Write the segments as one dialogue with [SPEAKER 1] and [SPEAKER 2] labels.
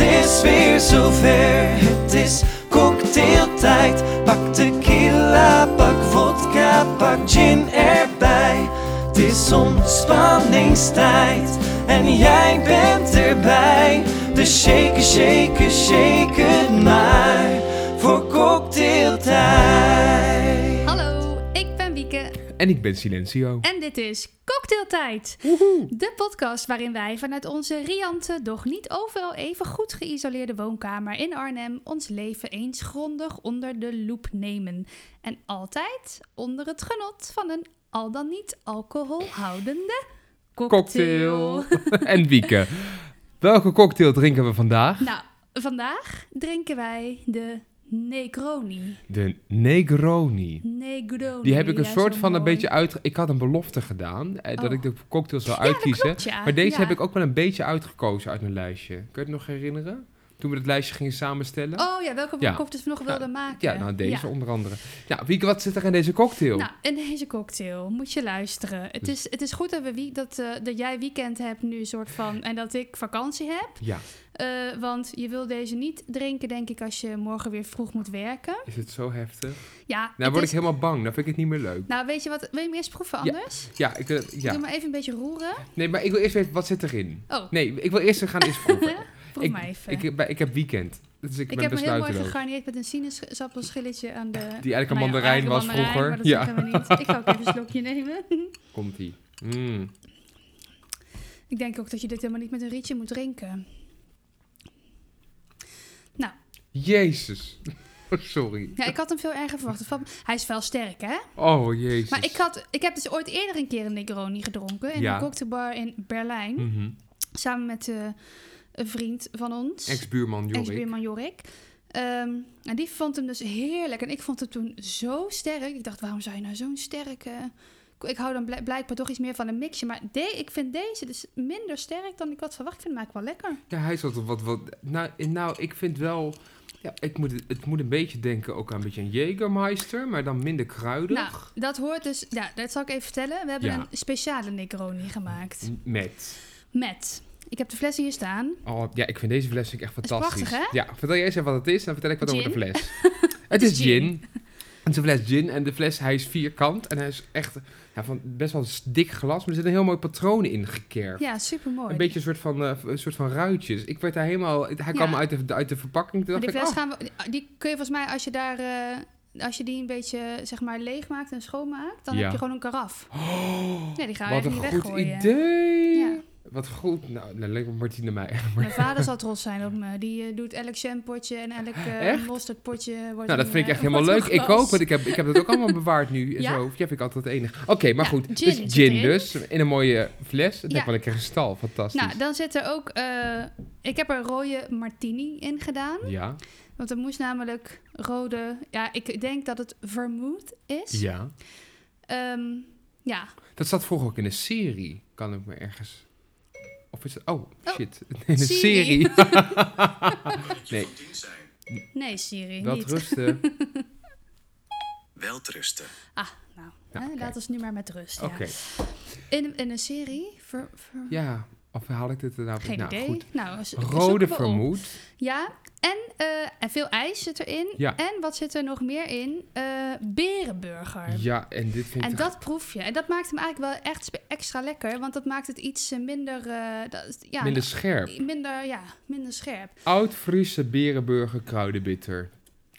[SPEAKER 1] is weer zover. Het is cocktailtijd. Pak tequila, pak vodka, pak gin erbij. Het is ontspanningstijd en jij bent erbij. Dus shake, shake, shake het maar voor cocktailtijd.
[SPEAKER 2] Hallo, ik ben Wieke
[SPEAKER 3] En ik ben Silencio.
[SPEAKER 2] en dit is Cocktailtijd. De podcast waarin wij vanuit onze riante, doch niet overal even goed geïsoleerde woonkamer in Arnhem ons leven eens grondig onder de loep nemen. En altijd onder het genot van een al dan niet alcoholhoudende cocktail.
[SPEAKER 3] Cocktail. en Wieke. Welke cocktail drinken we vandaag?
[SPEAKER 2] Nou, vandaag drinken wij de Negroni.
[SPEAKER 3] De Negroni.
[SPEAKER 2] Negroni.
[SPEAKER 3] Die heb ik een
[SPEAKER 2] ja,
[SPEAKER 3] soort
[SPEAKER 2] zo
[SPEAKER 3] van een
[SPEAKER 2] mooi.
[SPEAKER 3] beetje uit... Ik had een belofte gedaan, eh, dat
[SPEAKER 2] Oh.
[SPEAKER 3] ik de cocktail zou
[SPEAKER 2] dat
[SPEAKER 3] uitkiezen.
[SPEAKER 2] klopt, ja.
[SPEAKER 3] Maar deze
[SPEAKER 2] Ja.
[SPEAKER 3] heb ik ook wel een beetje uitgekozen uit mijn lijstje. Kun je het nog herinneren? Toen we het lijstje gingen samenstellen?
[SPEAKER 2] Oh ja, welke
[SPEAKER 3] Ja.
[SPEAKER 2] cocktails we nog wilden maken.
[SPEAKER 3] Ja, nou deze onder andere. Ja, Wieke, wat zit er in deze cocktail?
[SPEAKER 2] Nou, in deze cocktail moet je luisteren.
[SPEAKER 3] Hm.
[SPEAKER 2] Het is, het is goed dat, we wie- dat, eh, dat jij weekend hebt nu, soort van, en dat ik vakantie heb.
[SPEAKER 3] Ja,
[SPEAKER 2] Eh, want je wil deze niet drinken, denk ik, als je morgen weer vroeg moet werken.
[SPEAKER 3] is het zo heftig?
[SPEAKER 2] Ja,
[SPEAKER 3] Nou
[SPEAKER 2] het
[SPEAKER 3] word
[SPEAKER 2] is-
[SPEAKER 3] ik helemaal bang. Dan vind ik het niet meer leuk.
[SPEAKER 2] nou weet je wat? Wil je hem eerst proeven
[SPEAKER 3] Ja.
[SPEAKER 2] anders?
[SPEAKER 3] Ja, ik, eh, ja.
[SPEAKER 2] Doe maar even een beetje roeren.
[SPEAKER 3] Nee, maar ik wil eerst weten, wat zit erin?
[SPEAKER 2] Oh,
[SPEAKER 3] Nee, ik wil eerst gaan eens proeven.
[SPEAKER 2] proef maar even.
[SPEAKER 3] Ik, ik heb weekend. Dus ik,
[SPEAKER 2] Ik heb hem
[SPEAKER 3] ben
[SPEAKER 2] heel mooi
[SPEAKER 3] besluiteloos.
[SPEAKER 2] gegarneerd met een sinaasappelschilletje aan de...
[SPEAKER 3] Die eigenlijk een
[SPEAKER 2] Nou ja,
[SPEAKER 3] mandarijn
[SPEAKER 2] eigenlijk
[SPEAKER 3] was
[SPEAKER 2] een mandarijn,
[SPEAKER 3] vroeger.
[SPEAKER 2] maar dat
[SPEAKER 3] ja,
[SPEAKER 2] zeggen we niet. Ik ga ook even een slokje nemen.
[SPEAKER 3] komt die. Mm.
[SPEAKER 2] Ik denk ook dat je dit helemaal niet met een rietje moet drinken.
[SPEAKER 3] Jezus. Oh, Sorry.
[SPEAKER 2] Ja, ik had hem veel erger verwacht. Het valt me- Hij is wel sterk, hè?
[SPEAKER 3] Oh, jezus.
[SPEAKER 2] Maar ik, had, ik heb dus ooit eerder een keer een Negroni gedronken. In
[SPEAKER 3] Ja.
[SPEAKER 2] een cocktailbar in Berlijn.
[SPEAKER 3] Mhm.
[SPEAKER 2] Samen met eh, een vriend van ons.
[SPEAKER 3] Ex-buurman Jorik.
[SPEAKER 2] Ex-buurman Jorik. Ehm, en die vond hem dus heerlijk. En ik vond hem toen zo sterk. Ik dacht, waarom zou je nou zo'n sterke... Ik hou dan bl- blijkbaar toch iets meer van een mixje. Maar de- ik vind deze dus minder sterk dan ik had verwacht. Ik vind hem eigenlijk wel lekker.
[SPEAKER 3] Ja, hij zat er wat, wat... Nou, nou, ik vind wel... Ja, ik moet, het- het moet een beetje denken ook aan een beetje een Jägermeister, maar dan minder kruidig.
[SPEAKER 2] Nou, dat hoort dus... Ja, dat zal ik even vertellen. We hebben
[SPEAKER 3] Ja.
[SPEAKER 2] een speciale Negroni gemaakt.
[SPEAKER 3] Met.
[SPEAKER 2] Met... Ik heb de flessen hier staan.
[SPEAKER 3] Oh, ja, ik vind deze fles vind ik echt
[SPEAKER 2] Is prachtig,
[SPEAKER 3] fantastisch. Ja, vertel jij eens even wat het is, dan vertel ik wat over de
[SPEAKER 2] Gin?
[SPEAKER 3] fles. het is gin. Het is een fles gin en de fles, hij is vierkant en hij is echt ja, van best wel dik glas, maar er zit een heel mooi patroon in gekerfd.
[SPEAKER 2] Ja, supermooi.
[SPEAKER 3] Een beetje een soort van, eh, een soort van ruitjes. Ik werd daar helemaal... Hij kwam uit de, uit de verpakking. Toen
[SPEAKER 2] Maar die
[SPEAKER 3] dacht ik,
[SPEAKER 2] fles
[SPEAKER 3] oh,
[SPEAKER 2] gaan we, die- die kun je volgens mij als je daar, eh, als je die een beetje zeg maar leeg maakt en schoonmaakt, dan
[SPEAKER 3] Ja. Oh,
[SPEAKER 2] heb je gewoon een karaf. nee, die gaan we echt
[SPEAKER 3] wat een
[SPEAKER 2] niet
[SPEAKER 3] goed
[SPEAKER 2] weggooien.
[SPEAKER 3] idee.
[SPEAKER 2] Ja.
[SPEAKER 3] Wat goed. Nou, dan leek Martine mij.
[SPEAKER 2] Mijn vader zal trots zijn op me. Die eh, doet elk jampotje en elk
[SPEAKER 3] Echt?
[SPEAKER 2] eh mosterdpotje. Wordt
[SPEAKER 3] Nou, dat
[SPEAKER 2] een,
[SPEAKER 3] vind ik echt
[SPEAKER 2] eh,
[SPEAKER 3] helemaal leuk.
[SPEAKER 2] wordt een
[SPEAKER 3] Ik
[SPEAKER 2] glas.
[SPEAKER 3] ook, want ik heb, ik heb dat ook allemaal bewaard nu. En
[SPEAKER 2] Ja?
[SPEAKER 3] zo. Ja, vind ik altijd het enige. Oké, maar
[SPEAKER 2] Ja,
[SPEAKER 3] goed.
[SPEAKER 2] gin
[SPEAKER 3] dus
[SPEAKER 2] zit
[SPEAKER 3] gin
[SPEAKER 2] erin.
[SPEAKER 3] dus. In een mooie fles. Het
[SPEAKER 2] Ja.
[SPEAKER 3] lijkt wel een kristal. Fantastisch.
[SPEAKER 2] Nou, dan zit er ook... eh, ik heb er rode martini in gedaan.
[SPEAKER 3] ja.
[SPEAKER 2] Want er moest namelijk rode... Ja, ik denk dat het vermoed is.
[SPEAKER 3] ja.
[SPEAKER 2] Ehm, ja.
[SPEAKER 3] Dat zat vroeger ook in een serie. Kan ik me ergens... Of is het... Oh, shit. In een
[SPEAKER 2] serie.
[SPEAKER 3] serie. nee,
[SPEAKER 2] Nee, Siri,
[SPEAKER 3] dat
[SPEAKER 2] niet.
[SPEAKER 3] rusten.
[SPEAKER 4] Welterusten.
[SPEAKER 2] Ah, nou.
[SPEAKER 3] Nou,
[SPEAKER 2] hè,
[SPEAKER 3] oké.
[SPEAKER 2] Laat ons nu maar met rust. ja.
[SPEAKER 3] Oké.
[SPEAKER 2] In, in een serie? Ver, ver-
[SPEAKER 3] Ja. Of haal ik dit er nou...
[SPEAKER 2] Geen
[SPEAKER 3] nou,
[SPEAKER 2] idee.
[SPEAKER 3] goed.
[SPEAKER 2] Nou, als- zoeken
[SPEAKER 3] Rode
[SPEAKER 2] we op.
[SPEAKER 3] vermoed.
[SPEAKER 2] Ja, en, eh, en veel ijs zit erin.
[SPEAKER 3] Ja.
[SPEAKER 2] En wat zit er nog meer in? Eh, berenburger.
[SPEAKER 3] Ja, en dit vind ik...
[SPEAKER 2] En dat proef je. En dat maakt hem eigenlijk wel echt spe- extra lekker. Want dat maakt het iets eh, minder... eh, dat is- ja,
[SPEAKER 3] Minder scherp.
[SPEAKER 2] nou, minder, ja, minder scherp.
[SPEAKER 3] Oud-Friese berenburger kruidenbitter.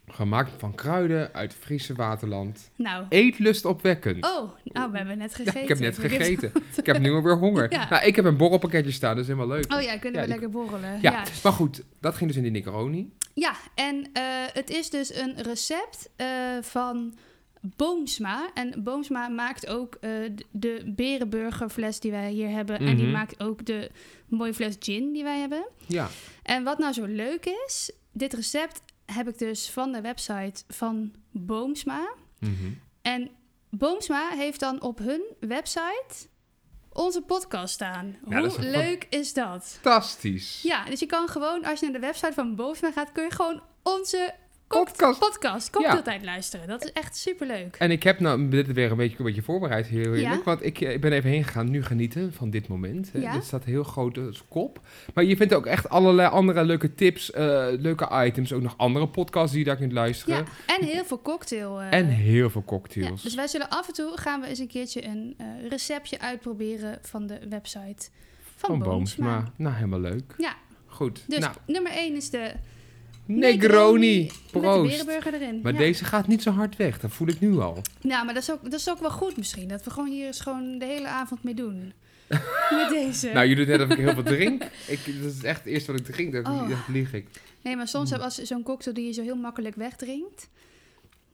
[SPEAKER 3] Gemaakt van kruiden uit Friese waterland.
[SPEAKER 2] Nou.
[SPEAKER 3] Eetlust opwekkend.
[SPEAKER 2] Oh, nou, we hebben net gegeten.
[SPEAKER 3] ik heb net
[SPEAKER 2] Ik weet-
[SPEAKER 3] gegeten. ik heb nu alweer honger.
[SPEAKER 2] Ja.
[SPEAKER 3] Nou, ik heb een borrelpakketje staan, dat is helemaal leuk.
[SPEAKER 2] Oh ja, kunnen
[SPEAKER 3] Ja,
[SPEAKER 2] we
[SPEAKER 3] ik-
[SPEAKER 2] lekker borrelen.
[SPEAKER 3] ja.
[SPEAKER 2] ja.
[SPEAKER 3] maar goed, dat ging dus in die Negroni.
[SPEAKER 2] Ja, en eh, het is dus een recept eh, van Boomsma. En Boomsma maakt ook eh, d- de berenburgerfles die wij hier hebben. En die
[SPEAKER 3] Mhm.
[SPEAKER 2] maakt ook de mooie fles gin die wij hebben.
[SPEAKER 3] Ja,
[SPEAKER 2] En wat nou zo leuk is, dit recept heb ik dus van de website van Boomsma.
[SPEAKER 3] Mhm.
[SPEAKER 2] En Boomsma heeft dan op hun website onze podcast staan.
[SPEAKER 3] Ja, dat is
[SPEAKER 2] Hoe
[SPEAKER 3] een fan-
[SPEAKER 2] leuk is dat?
[SPEAKER 3] fantastisch.
[SPEAKER 2] Ja, dus je kan gewoon, als je naar de website van Boomsma gaat, kun je gewoon onze
[SPEAKER 3] podcast.
[SPEAKER 2] podcast cocktailtijd luisteren. Dat is echt superleuk.
[SPEAKER 3] En ik heb nou dit weer een beetje, een beetje voorbereid, heel eerlijk.
[SPEAKER 2] Ja.
[SPEAKER 3] Want ik, eh, ik ben even heen gegaan, nu genieten van dit moment. hè.
[SPEAKER 2] Ja.
[SPEAKER 3] Dit staat heel groot als kop. Maar je vindt ook echt allerlei andere leuke tips, eh, leuke items. Ook nog andere podcasts die je daar kunt luisteren.
[SPEAKER 2] Ja, en heel veel cocktail. eh,
[SPEAKER 3] En heel veel
[SPEAKER 2] ja,
[SPEAKER 3] cocktails.
[SPEAKER 2] dus wij zullen af en toe gaan we eens een keertje een eh, receptje uitproberen van de website van,
[SPEAKER 3] van
[SPEAKER 2] Boomsma.
[SPEAKER 3] Boomsma. Nou, helemaal leuk.
[SPEAKER 2] Ja.
[SPEAKER 3] Goed.
[SPEAKER 2] Dus
[SPEAKER 3] nou,
[SPEAKER 2] nummer 1 is de
[SPEAKER 3] Negroni.
[SPEAKER 2] Met de
[SPEAKER 3] Proost.
[SPEAKER 2] berenburger erin.
[SPEAKER 3] Maar
[SPEAKER 2] Ja.
[SPEAKER 3] deze gaat niet zo hard weg, dat voel ik nu al.
[SPEAKER 2] Nou, maar dat is, ook, dat is ook wel goed misschien. Dat we gewoon hier eens gewoon de hele avond mee doen. met deze.
[SPEAKER 3] Nou, je doet net of ik heel veel drink. Ik, dat is echt het eerste wat ik drink, dat,
[SPEAKER 2] Oh.
[SPEAKER 3] dat lieg ik.
[SPEAKER 2] Nee, maar
[SPEAKER 3] Hmm.
[SPEAKER 2] soms heb als zo'n cocktail die je zo heel makkelijk wegdrinkt.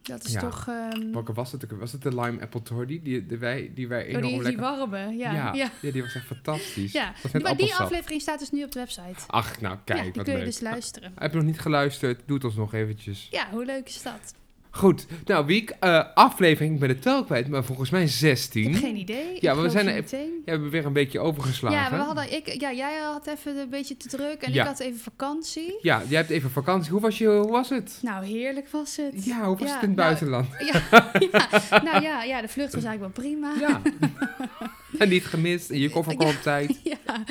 [SPEAKER 2] Dat is
[SPEAKER 3] Ja.
[SPEAKER 2] toch... ehm,
[SPEAKER 3] Welke was het? ook? Was het de lime apple tortie die, die wij, die wij
[SPEAKER 2] oh,
[SPEAKER 3] enorm
[SPEAKER 2] die, die
[SPEAKER 3] lekker...
[SPEAKER 2] warme, ja.
[SPEAKER 3] ja,
[SPEAKER 2] ja. ja.
[SPEAKER 3] die was echt fantastisch. Dat was met
[SPEAKER 2] Maar die
[SPEAKER 3] appelsap.
[SPEAKER 2] aflevering staat dus nu op de website.
[SPEAKER 3] Ach, nou
[SPEAKER 2] ja,
[SPEAKER 3] kijk,
[SPEAKER 2] die
[SPEAKER 3] wat
[SPEAKER 2] kun je
[SPEAKER 3] leuk.
[SPEAKER 2] dus luisteren.
[SPEAKER 3] Heb je nog niet geluisterd? Doe het ons nog eventjes.
[SPEAKER 2] Ja, hoe leuk is dat?
[SPEAKER 3] Goed, nou Wiek, eh, aflevering, ik ben het tel kwijt, maar volgens mij
[SPEAKER 2] Ik
[SPEAKER 3] 16.
[SPEAKER 2] heb geen idee. Ik
[SPEAKER 3] maar Hmm? we
[SPEAKER 2] geloof
[SPEAKER 3] zijn
[SPEAKER 2] je
[SPEAKER 3] er-
[SPEAKER 2] meteen.
[SPEAKER 3] Ja, we hebben weer een beetje overgeslagen.
[SPEAKER 2] Ja, we hadden, ik, ja, jij had even een beetje te druk en
[SPEAKER 3] Ja.
[SPEAKER 2] ik had even vakantie.
[SPEAKER 3] Ja, jij hebt even vakantie. Hoe was, je, hoe was het?
[SPEAKER 2] Nou, heerlijk was het.
[SPEAKER 3] Ja, hoe was
[SPEAKER 2] Ja,
[SPEAKER 3] het in
[SPEAKER 2] nou,
[SPEAKER 3] het buitenland?
[SPEAKER 2] Ja, ja. nou ja, ja, de vlucht was eigenlijk wel prima.
[SPEAKER 3] Ja. en niet gemist. En je koffer kwam op tijd.
[SPEAKER 2] Ja,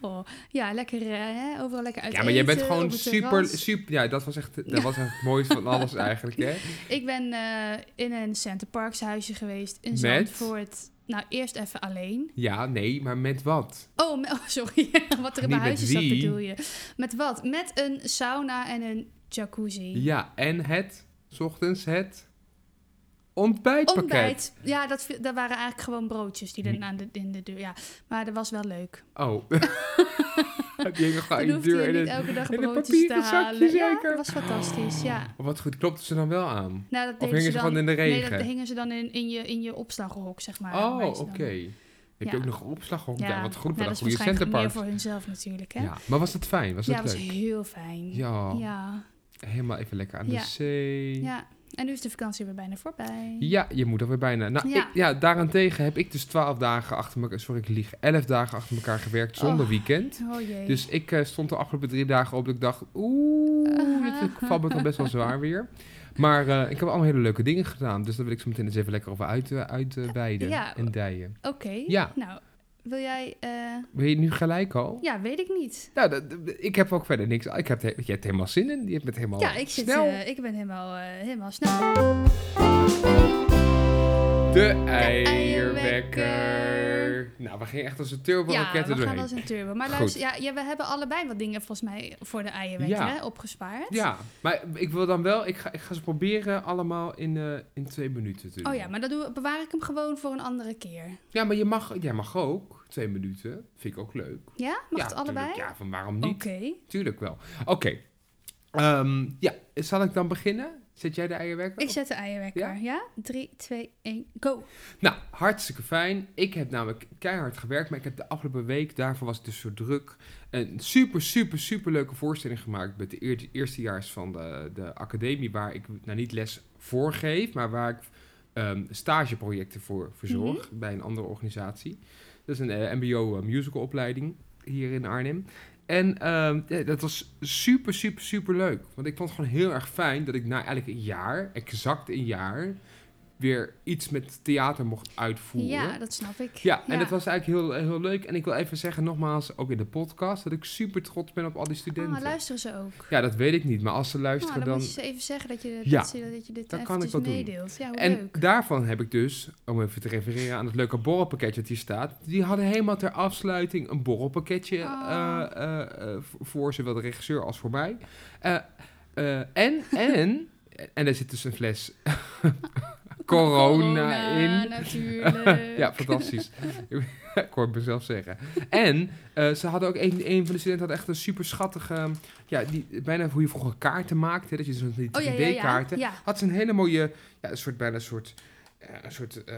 [SPEAKER 2] oh, ja lekker, eh, hè? overal lekker uit
[SPEAKER 3] Ja, maar jij bent
[SPEAKER 2] eten,
[SPEAKER 3] gewoon
[SPEAKER 2] op het
[SPEAKER 3] super,
[SPEAKER 2] terras.
[SPEAKER 3] super... Ja, dat was echt, dat
[SPEAKER 2] Ja.
[SPEAKER 3] was echt het mooiste van alles eigenlijk, hè?
[SPEAKER 2] Ik ben eh, in een Center Parks huisje geweest in
[SPEAKER 3] Met?
[SPEAKER 2] Zandvoort. Nou, eerst even alleen.
[SPEAKER 3] Ja, nee, maar met wat?
[SPEAKER 2] Oh, me- oh, sorry. wat er
[SPEAKER 3] Niet
[SPEAKER 2] in
[SPEAKER 3] met
[SPEAKER 2] mijn huisje zat,
[SPEAKER 3] wie.
[SPEAKER 2] bedoel je. Met wat? Met een sauna en een jacuzzi.
[SPEAKER 3] Ja, en het, s ochtends het ontbijtpakket.
[SPEAKER 2] Ontbijt. Ja, dat, vi- dat waren eigenlijk gewoon broodjes die
[SPEAKER 3] Hm.
[SPEAKER 2] er aan de, in de deur... Ja, maar dat was wel leuk.
[SPEAKER 3] Oh. Heb je nog
[SPEAKER 2] Dan
[SPEAKER 3] een
[SPEAKER 2] hoefde
[SPEAKER 3] deur
[SPEAKER 2] je
[SPEAKER 3] Ah, in
[SPEAKER 2] niet
[SPEAKER 3] het...
[SPEAKER 2] elke dag
[SPEAKER 3] in een
[SPEAKER 2] broodjes te
[SPEAKER 3] papieren zakje
[SPEAKER 2] halen. Ja, dat
[SPEAKER 3] zeker?
[SPEAKER 2] was fantastisch, ja.
[SPEAKER 3] Oh, Wat goed, klopten ze dan wel aan?
[SPEAKER 2] Nou, dat
[SPEAKER 3] Of
[SPEAKER 2] deden
[SPEAKER 3] hingen ze
[SPEAKER 2] dan,
[SPEAKER 3] gewoon in de
[SPEAKER 2] Nee, dat
[SPEAKER 3] regen?
[SPEAKER 2] hingen ze dan in, in, je, in je opslaghok, zeg maar.
[SPEAKER 3] oh,
[SPEAKER 2] waar
[SPEAKER 3] oké.
[SPEAKER 2] ze dan-
[SPEAKER 3] Heb je
[SPEAKER 2] Ja.
[SPEAKER 3] ook nog opslaghok? Ja, wat
[SPEAKER 2] nou,
[SPEAKER 3] goed, wat een
[SPEAKER 2] dat
[SPEAKER 3] goede
[SPEAKER 2] is waarschijnlijk meer
[SPEAKER 3] centerpark.
[SPEAKER 2] voor hunzelf natuurlijk, hè?
[SPEAKER 3] Ja, maar was het fijn? Was
[SPEAKER 2] Ja,
[SPEAKER 3] het
[SPEAKER 2] was
[SPEAKER 3] leuk?
[SPEAKER 2] heel fijn.
[SPEAKER 3] Ja,
[SPEAKER 2] ja.
[SPEAKER 3] helemaal even lekker aan
[SPEAKER 2] Ja.
[SPEAKER 3] de zee.
[SPEAKER 2] Ja. En nu is de vakantie weer bijna voorbij.
[SPEAKER 3] Ja, je moet alweer bijna. Nou,
[SPEAKER 2] Ja.
[SPEAKER 3] Ik, ja, daarentegen heb ik dus 12 dagen achter elkaar, sorry ik lieg, 11 dagen achter elkaar gewerkt zonder
[SPEAKER 2] Oh.
[SPEAKER 3] weekend.
[SPEAKER 2] Oh jee.
[SPEAKER 3] Dus ik eh, stond de afgelopen drie dagen op dat ik dacht, oeh, dit valt me toch best wel zwaar weer. Maar eh, ik heb allemaal hele leuke dingen gedaan, dus daar wil ik zo meteen eens even lekker over uit, eh, uitweiden
[SPEAKER 2] Ja.
[SPEAKER 3] en dijen.
[SPEAKER 2] Oké.
[SPEAKER 3] Ja.
[SPEAKER 2] Nou, wil jij... eh,
[SPEAKER 3] Wil je nu gelijk al?
[SPEAKER 2] Ja, weet ik niet.
[SPEAKER 3] Nou, dat- dat- ik heb ook verder niks. Ik heb, je hebt helemaal zin in, je hebt het helemaal
[SPEAKER 2] ja, ik, zit,
[SPEAKER 3] Oh, snel.
[SPEAKER 2] eh, ik ben helemaal, eh, helemaal snel.
[SPEAKER 3] de
[SPEAKER 2] eierwekker.
[SPEAKER 3] eierwekker. Nou, we gingen echt als een
[SPEAKER 2] Ja,
[SPEAKER 3] turbo-raket
[SPEAKER 2] we
[SPEAKER 3] er
[SPEAKER 2] gaan
[SPEAKER 3] doorheen.
[SPEAKER 2] als een turbo. Maar
[SPEAKER 3] Goed.
[SPEAKER 2] luister, ja, ja, we hebben allebei wat dingen volgens mij voor de eierwekker
[SPEAKER 3] Ja.
[SPEAKER 2] hè, opgespaard.
[SPEAKER 3] Ja, maar ik wil dan wel, ik ga, ik ga ze proberen allemaal in, eh, in twee minuten te doen.
[SPEAKER 2] Oh ja, maar dan doen we, bewaar ik hem gewoon voor een andere keer.
[SPEAKER 3] Ja, maar je mag, jij mag ook twee minuten. Vind ik ook leuk.
[SPEAKER 2] Ja? Mag
[SPEAKER 3] ja,
[SPEAKER 2] het allebei?
[SPEAKER 3] tuurlijk. ja, van waarom niet?
[SPEAKER 2] Oké.
[SPEAKER 3] Tuurlijk wel. Oké. Ehm, ja, zal ik dan beginnen? Zet jij de eierwekker?
[SPEAKER 2] Ik zet de eierwekker, ja? 3, 2, 1, go.
[SPEAKER 3] Nou, hartstikke fijn. Ik heb namelijk keihard gewerkt, maar ik heb de afgelopen week, daarvoor was het dus zo druk, een super, super, super leuke voorstelling gemaakt met de eer- eerstejaars van de, de academie, waar ik nou niet les voor geef, maar waar ik ehm, stageprojecten voor verzorg bij een andere organisatie. Dat is een eh, mbo musical opleiding hier in Arnhem. En ehm, ja, dat was super, super, super leuk. Want ik vond het gewoon heel erg fijn dat ik na eigenlijk een jaar, exact een jaar, weer iets met theater mocht uitvoeren.
[SPEAKER 2] Ja, dat snap ik.
[SPEAKER 3] Ja, en dat was eigenlijk heel, heel leuk. En ik wil even zeggen, nogmaals, ook in de podcast, dat ik super trots ben op al die studenten.
[SPEAKER 2] Ah, luisteren ze ook?
[SPEAKER 3] ja, dat weet ik niet, maar als ze luisteren
[SPEAKER 2] Nou, dan,
[SPEAKER 3] dan...
[SPEAKER 2] moet je ze even zeggen dat je,
[SPEAKER 3] Ja,
[SPEAKER 2] dat ze- dat je dit
[SPEAKER 3] dan kan
[SPEAKER 2] eventjes
[SPEAKER 3] ik dat doen.
[SPEAKER 2] meedeelt. Ja, hoe
[SPEAKER 3] En
[SPEAKER 2] Oh, leuk.
[SPEAKER 3] daarvan heb ik dus, om even te refereren aan het leuke borrelpakketje dat hier staat, die hadden helemaal ter afsluiting een borrelpakketje
[SPEAKER 2] Ah.
[SPEAKER 3] eh, eh, eh, v- voor zowel de regisseur als voor mij. Eh, eh, en, en, en er zit dus een fles corona in.
[SPEAKER 2] natuurlijk.
[SPEAKER 3] Ja, fantastisch. ik hoor het mezelf zeggen. En eh, ze hadden ook een, een van de studenten had echt een super schattige, ja, die, bijna hoe je vroeger kaarten maakte, dat je dus zo'n 3D-kaarten
[SPEAKER 2] Oh ja, ja, ja. ja.
[SPEAKER 3] had ze een hele mooie, ja, een soort, bijna een soort, eh, een soort, eh,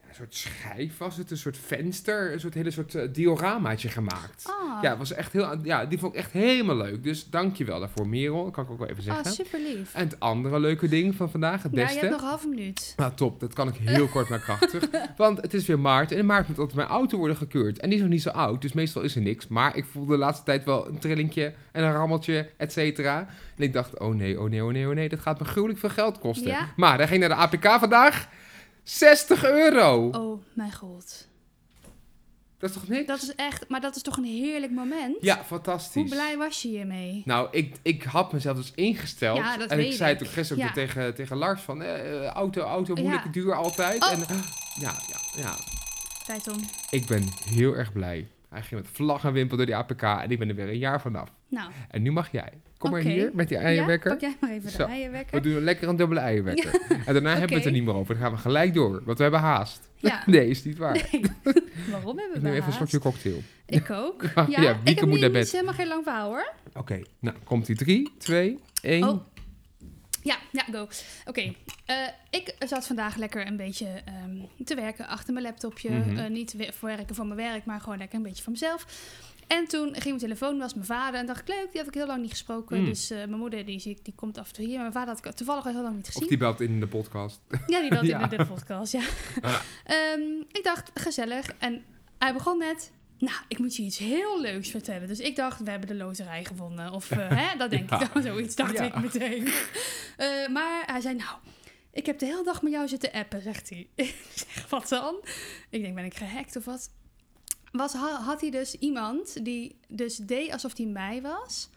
[SPEAKER 3] ja, een soort schijf was het, een soort venster, een soort hele soort eh, dioramaatje gemaakt.
[SPEAKER 2] Ah,
[SPEAKER 3] Ja, was echt heel, ja, die vond ik echt helemaal leuk. Dus dank je wel daarvoor, Merel. Dat kan ik ook wel even
[SPEAKER 2] ah,
[SPEAKER 3] zeggen.
[SPEAKER 2] super lief.
[SPEAKER 3] en het andere leuke ding van vandaag, het
[SPEAKER 2] Nou, je
[SPEAKER 3] beste.
[SPEAKER 2] hebt nog een half minuut.
[SPEAKER 3] Nou, top. Dat kan ik heel kort maar krachtig. Want het is weer maart. En in maart moet altijd mijn auto worden gekeurd. En die is nog niet zo oud. Dus meestal is er niks. Maar ik voelde de laatste tijd wel een trillingje en een rammeltje, et cetera. En ik dacht, oh nee, oh nee, oh nee, oh nee. Dat gaat me gruwelijk veel geld kosten.
[SPEAKER 2] Ja.
[SPEAKER 3] Maar daar ging naar de APK vandaag. 60 euro.
[SPEAKER 2] Oh, mijn god.
[SPEAKER 3] Dat is toch niks?
[SPEAKER 2] Dat is echt, maar dat is toch een heerlijk moment?
[SPEAKER 3] Ja, fantastisch.
[SPEAKER 2] Hoe blij was je hiermee?
[SPEAKER 3] Nou, ik, ik had mezelf dus ingesteld.
[SPEAKER 2] Ja, dat
[SPEAKER 3] en ik
[SPEAKER 2] weet
[SPEAKER 3] zei
[SPEAKER 2] ik.
[SPEAKER 3] het ook gisteren
[SPEAKER 2] Ja.
[SPEAKER 3] tegen, tegen Lars van... eh, eh, auto, auto,
[SPEAKER 2] Ja.
[SPEAKER 3] moeilijk, duur altijd.
[SPEAKER 2] Oh.
[SPEAKER 3] En, eh, ja, ja, ja.
[SPEAKER 2] Tijd om.
[SPEAKER 3] Ik ben heel erg blij. Hij ging met vlag en wimpel door die APK en ik ben er weer een jaar vanaf.
[SPEAKER 2] Nou,
[SPEAKER 3] En nu mag jij. Kom
[SPEAKER 2] Oké.
[SPEAKER 3] maar hier met die
[SPEAKER 2] ja,
[SPEAKER 3] eierwekker.
[SPEAKER 2] pak jij maar even
[SPEAKER 3] Zo.
[SPEAKER 2] de eierwekker.
[SPEAKER 3] we doen lekker een dubbele eierwekker. En daarna hebben we het
[SPEAKER 2] Oké.
[SPEAKER 3] er niet meer over. Dan gaan we gelijk door, want we hebben haast.
[SPEAKER 2] Ja.
[SPEAKER 3] Nee, is niet waar.
[SPEAKER 2] Nee. Waarom hebben
[SPEAKER 3] Ik
[SPEAKER 2] we
[SPEAKER 3] neem even een
[SPEAKER 2] haast?
[SPEAKER 3] slokje cocktail.
[SPEAKER 2] Ik ook.
[SPEAKER 3] Ja,
[SPEAKER 2] Ja,
[SPEAKER 3] Wieke
[SPEAKER 2] ik heb
[SPEAKER 3] moet
[SPEAKER 2] niet-
[SPEAKER 3] naar
[SPEAKER 2] niet
[SPEAKER 3] bed.
[SPEAKER 2] helemaal geen lang verhaal hoor.
[SPEAKER 3] Oké. Nou, komt die 3, 2, 1.
[SPEAKER 2] Oh. Ja, ja, go. Oké, eh, ik zat vandaag lekker een beetje ehm, te werken achter mijn laptopje.
[SPEAKER 3] Mhm.
[SPEAKER 2] Eh, niet we- voor werken van mijn werk, maar gewoon lekker een beetje van mezelf. En toen ging mijn telefoon, was mijn vader. En dacht ik, leuk, die heb ik heel lang niet gesproken.
[SPEAKER 3] Mm.
[SPEAKER 2] Dus eh, mijn moeder, die, zie ik, die komt af en toe hier. Mijn vader had ik toevallig al heel lang niet gezien.
[SPEAKER 3] Of die belt in de podcast.
[SPEAKER 2] Ja, die belt
[SPEAKER 3] Ja.
[SPEAKER 2] in de podcast, ja. Ehm, ik dacht, gezellig. En hij begon met... Nou, ik moet je iets heel leuks vertellen. Dus ik dacht, we hebben de loterij gewonnen. Of, eh, hè, dat denk
[SPEAKER 3] Ja.
[SPEAKER 2] ik dan, zoiets dacht
[SPEAKER 3] Ja.
[SPEAKER 2] ik meteen. Eh, maar hij zei, nou, ik heb de hele dag met jou zitten appen, zegt hij. ik zeg, wat dan? Ik denk, ben ik gehackt of wat? Was, ha- had hij dus iemand die dus deed alsof hij mij was...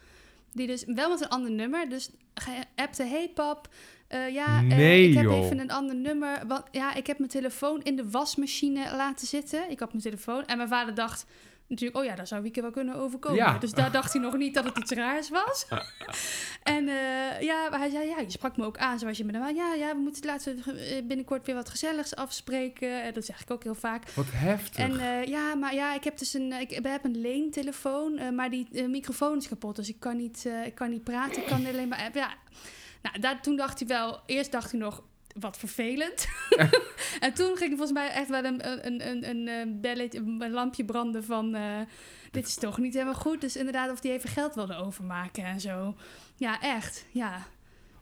[SPEAKER 2] Die dus wel met een ander nummer, dus ge- appte: Hey pap, eh, ja, eh,
[SPEAKER 3] Nee,
[SPEAKER 2] ik heb
[SPEAKER 3] joh.
[SPEAKER 2] even een ander nummer. Want ja, ik heb mijn telefoon in de wasmachine laten zitten. Ik had mijn telefoon. En mijn vader dacht natuurlijk: Oh ja, dat zou Wieke wel kunnen overkomen.
[SPEAKER 3] Ja.
[SPEAKER 2] Dus daar dacht hij nog niet dat het iets raars was. en eh, ja, maar hij zei: Ja, je sprak me ook aan zoals je me dan. Ja, ja, we moeten laten eh, binnenkort weer wat gezelligs afspreken. En dat zeg ik ook heel vaak.
[SPEAKER 3] Wat heftig.
[SPEAKER 2] En eh, ja, maar ja, ik heb dus een, ik heb een leentelefoon, eh, maar die eh, microfoon is kapot, dus ik kan niet, eh, ik kan niet praten, ik kan alleen maar app- ja. Nou, daar, toen dacht hij wel, eerst dacht hij nog wat vervelend. en toen ging volgens mij echt wel een, een, een, een, eh, belletje, een lampje branden van eh, dit is toch niet helemaal goed. Dus inderdaad, of hij even geld wilde overmaken en zo. Ja, echt. Ja,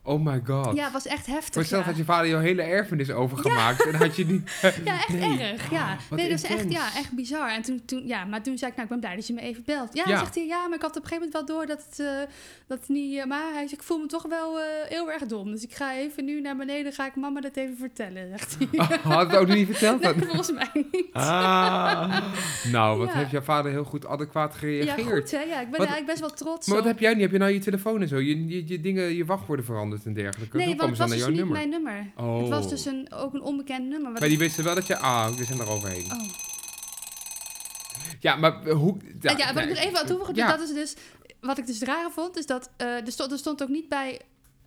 [SPEAKER 3] oh my god.
[SPEAKER 2] ja het was echt
[SPEAKER 3] Voor
[SPEAKER 2] heftig.
[SPEAKER 3] zelf
[SPEAKER 2] Ja.
[SPEAKER 3] had je vader jouw hele erfenis overgemaakt. En had je niet...
[SPEAKER 2] Ja, echt
[SPEAKER 3] Nee.
[SPEAKER 2] erg. Ja.
[SPEAKER 3] Ah, wat
[SPEAKER 2] nee, dat is echt,
[SPEAKER 3] intens.
[SPEAKER 2] ja, echt bizar. En toen, toen, ja, maar toen zei ik, nou, ik ben blij dat je me even belt. Ja,
[SPEAKER 3] Ja.
[SPEAKER 2] zegt hij, ja, maar ik had op een gegeven moment wel door dat het, eh, dat het niet... eh, maar hij zegt, ik voel me toch wel eh, heel erg dom. Dus ik ga even nu naar beneden, ga ik mama dat even vertellen, zegt hij.
[SPEAKER 3] Had het ook niet verteld?
[SPEAKER 2] Nee, volgens mij niet.
[SPEAKER 3] Nou, wat
[SPEAKER 2] Ja.
[SPEAKER 3] heeft jouw vader heel goed adequaat
[SPEAKER 2] Ja,
[SPEAKER 3] gereageerd.
[SPEAKER 2] goed, hè? Ja, ik ben
[SPEAKER 3] Wat-
[SPEAKER 2] eigenlijk best wel trots
[SPEAKER 3] Maar wat
[SPEAKER 2] op.
[SPEAKER 3] heb jij nu? Heb je nou je telefoon en zo? Je, je, je dingen, je wachtwoorden veranderd en dergelijke?
[SPEAKER 2] Nee,
[SPEAKER 3] Hoe
[SPEAKER 2] want
[SPEAKER 3] komen
[SPEAKER 2] het
[SPEAKER 3] ze
[SPEAKER 2] was
[SPEAKER 3] dan
[SPEAKER 2] dus
[SPEAKER 3] naar
[SPEAKER 2] niet
[SPEAKER 3] jouw nummer?
[SPEAKER 2] mijn nummer.
[SPEAKER 3] Oh.
[SPEAKER 2] Het was dus een, ook een onbekend nummer. wat
[SPEAKER 3] Maar
[SPEAKER 2] ik-
[SPEAKER 3] die wisten wel dat je... Ah, we zijn er overheen.
[SPEAKER 2] Oh.
[SPEAKER 3] Ja, maar hoe...
[SPEAKER 2] Ja, ja, wat ik nog
[SPEAKER 3] nee.
[SPEAKER 2] even aan toevoegen,
[SPEAKER 3] Ja.
[SPEAKER 2] dat is dus... Wat ik dus raar vond, is dat eh, er, stond, er stond ook niet bij...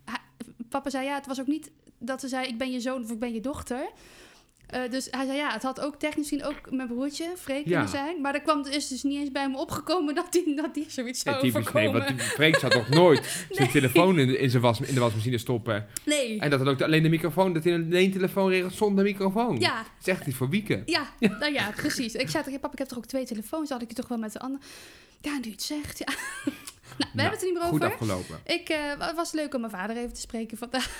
[SPEAKER 2] hij- papa zei ja, het was ook niet dat ze zei... ik ben je zoon of ik ben je dochter. Eh, dus hij zei ja, het had ook technisch gezien ook mijn broertje, Freek, kunnen
[SPEAKER 3] Ja.
[SPEAKER 2] zijn. Maar er kwam, er is dus niet eens bij me opgekomen dat die, dat die zoiets
[SPEAKER 3] Ja,
[SPEAKER 2] zou
[SPEAKER 3] typisch, nee,
[SPEAKER 2] overkomen.
[SPEAKER 3] want die Freek zou toch nooit zijn telefoon in, de- in, zijn was, in de wasmachine stoppen.
[SPEAKER 2] Nee,
[SPEAKER 3] En dat dan ook de- alleen de microfoon, dat hij een leentelefoon regelt zonder microfoon.
[SPEAKER 2] ja,
[SPEAKER 3] Dat is echt iets voor wieken.
[SPEAKER 2] ja, nou ja, precies. Ik zei toch, ja, papa, ik heb toch ook twee telefoons? Had ik je toch wel met de andere? Ja, nu je het zegt, ja. nou, we
[SPEAKER 3] Nou,
[SPEAKER 2] hebben het er niet meer
[SPEAKER 3] Goed
[SPEAKER 2] over.
[SPEAKER 3] afgelopen.
[SPEAKER 2] Ik eh, wa- was leuk om mijn vader even te spreken vandaag.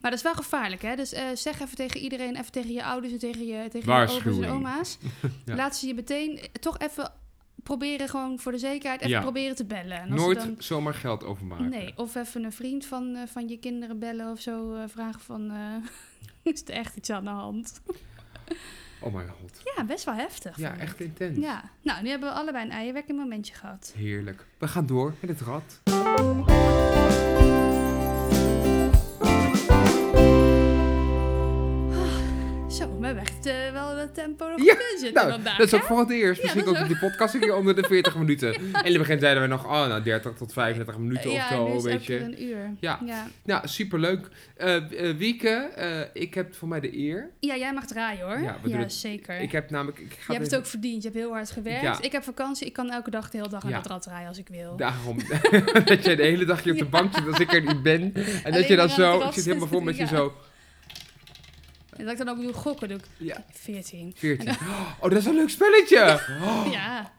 [SPEAKER 2] Maar dat is wel gevaarlijk, hè? Dus eh, zeg even tegen iedereen, even tegen je ouders en tegen je, tegen je opa's en
[SPEAKER 3] Waarschuwing.
[SPEAKER 2] oma's.
[SPEAKER 3] Ja.
[SPEAKER 2] Laat ze je meteen eh, toch even proberen, gewoon voor de zekerheid, even
[SPEAKER 3] Ja.
[SPEAKER 2] proberen te bellen. En als ze
[SPEAKER 3] Nooit
[SPEAKER 2] dan-
[SPEAKER 3] zomaar geld overmaken.
[SPEAKER 2] Nee, of even een vriend van, eh, van je kinderen bellen of zo. eh, vragen van, eh, is er echt iets aan de hand?
[SPEAKER 3] Oh my god.
[SPEAKER 2] Ja, best wel heftig.
[SPEAKER 3] Ja,
[SPEAKER 2] vond ik.
[SPEAKER 3] echt intens.
[SPEAKER 2] Ja, nou, nu hebben we allebei een eierwekkend momentje gehad.
[SPEAKER 3] Heerlijk. We gaan door met het rad.
[SPEAKER 2] Zo, we hebben echt eh, wel het tempo nog
[SPEAKER 3] Ja,
[SPEAKER 2] in zitten
[SPEAKER 3] Nou,
[SPEAKER 2] vandaag,
[SPEAKER 3] dat is
[SPEAKER 2] hè?
[SPEAKER 3] ook voor het eerst.
[SPEAKER 2] Ja,
[SPEAKER 3] Misschien
[SPEAKER 2] dat is
[SPEAKER 3] komt die podcast een keer onder de 40 minuten. En in het begin zeiden we nog, oh, nou, 30 tot 35 minuten
[SPEAKER 2] Eh, ja,
[SPEAKER 3] of zo,
[SPEAKER 2] nu is
[SPEAKER 3] een
[SPEAKER 2] het elke
[SPEAKER 3] beetje.
[SPEAKER 2] keer een uur.
[SPEAKER 3] Ja.
[SPEAKER 2] ja.
[SPEAKER 3] Nou, superleuk. Eh eh, Wieke, eh, ik heb voor mij de eer.
[SPEAKER 2] Ja, jij mag draaien hoor.
[SPEAKER 3] Ja,
[SPEAKER 2] Ja,
[SPEAKER 3] we doen het-
[SPEAKER 2] zeker.
[SPEAKER 3] Ik heb namelijk... Ik ga
[SPEAKER 2] je hebt
[SPEAKER 3] even-
[SPEAKER 2] het ook verdiend. Je hebt heel hard gewerkt.
[SPEAKER 3] Ja.
[SPEAKER 2] Ik heb vakantie. Ik kan elke dag de hele dag aan
[SPEAKER 3] Ja.
[SPEAKER 2] het rad draaien als ik wil.
[SPEAKER 3] Daarom dat jij de hele dag hier op de bank zit als ik er niet ben. En dat
[SPEAKER 2] Alleen
[SPEAKER 3] je dan
[SPEAKER 2] maar aan het
[SPEAKER 3] zo...
[SPEAKER 2] rad
[SPEAKER 3] Ik zit helemaal vol met je
[SPEAKER 2] zitten,
[SPEAKER 3] zo...
[SPEAKER 2] En dat ik dan ook doe gokken, doe ik
[SPEAKER 3] Ja,
[SPEAKER 2] 14.
[SPEAKER 3] 14. Oh, dat is een leuk spelletje.
[SPEAKER 2] Ja.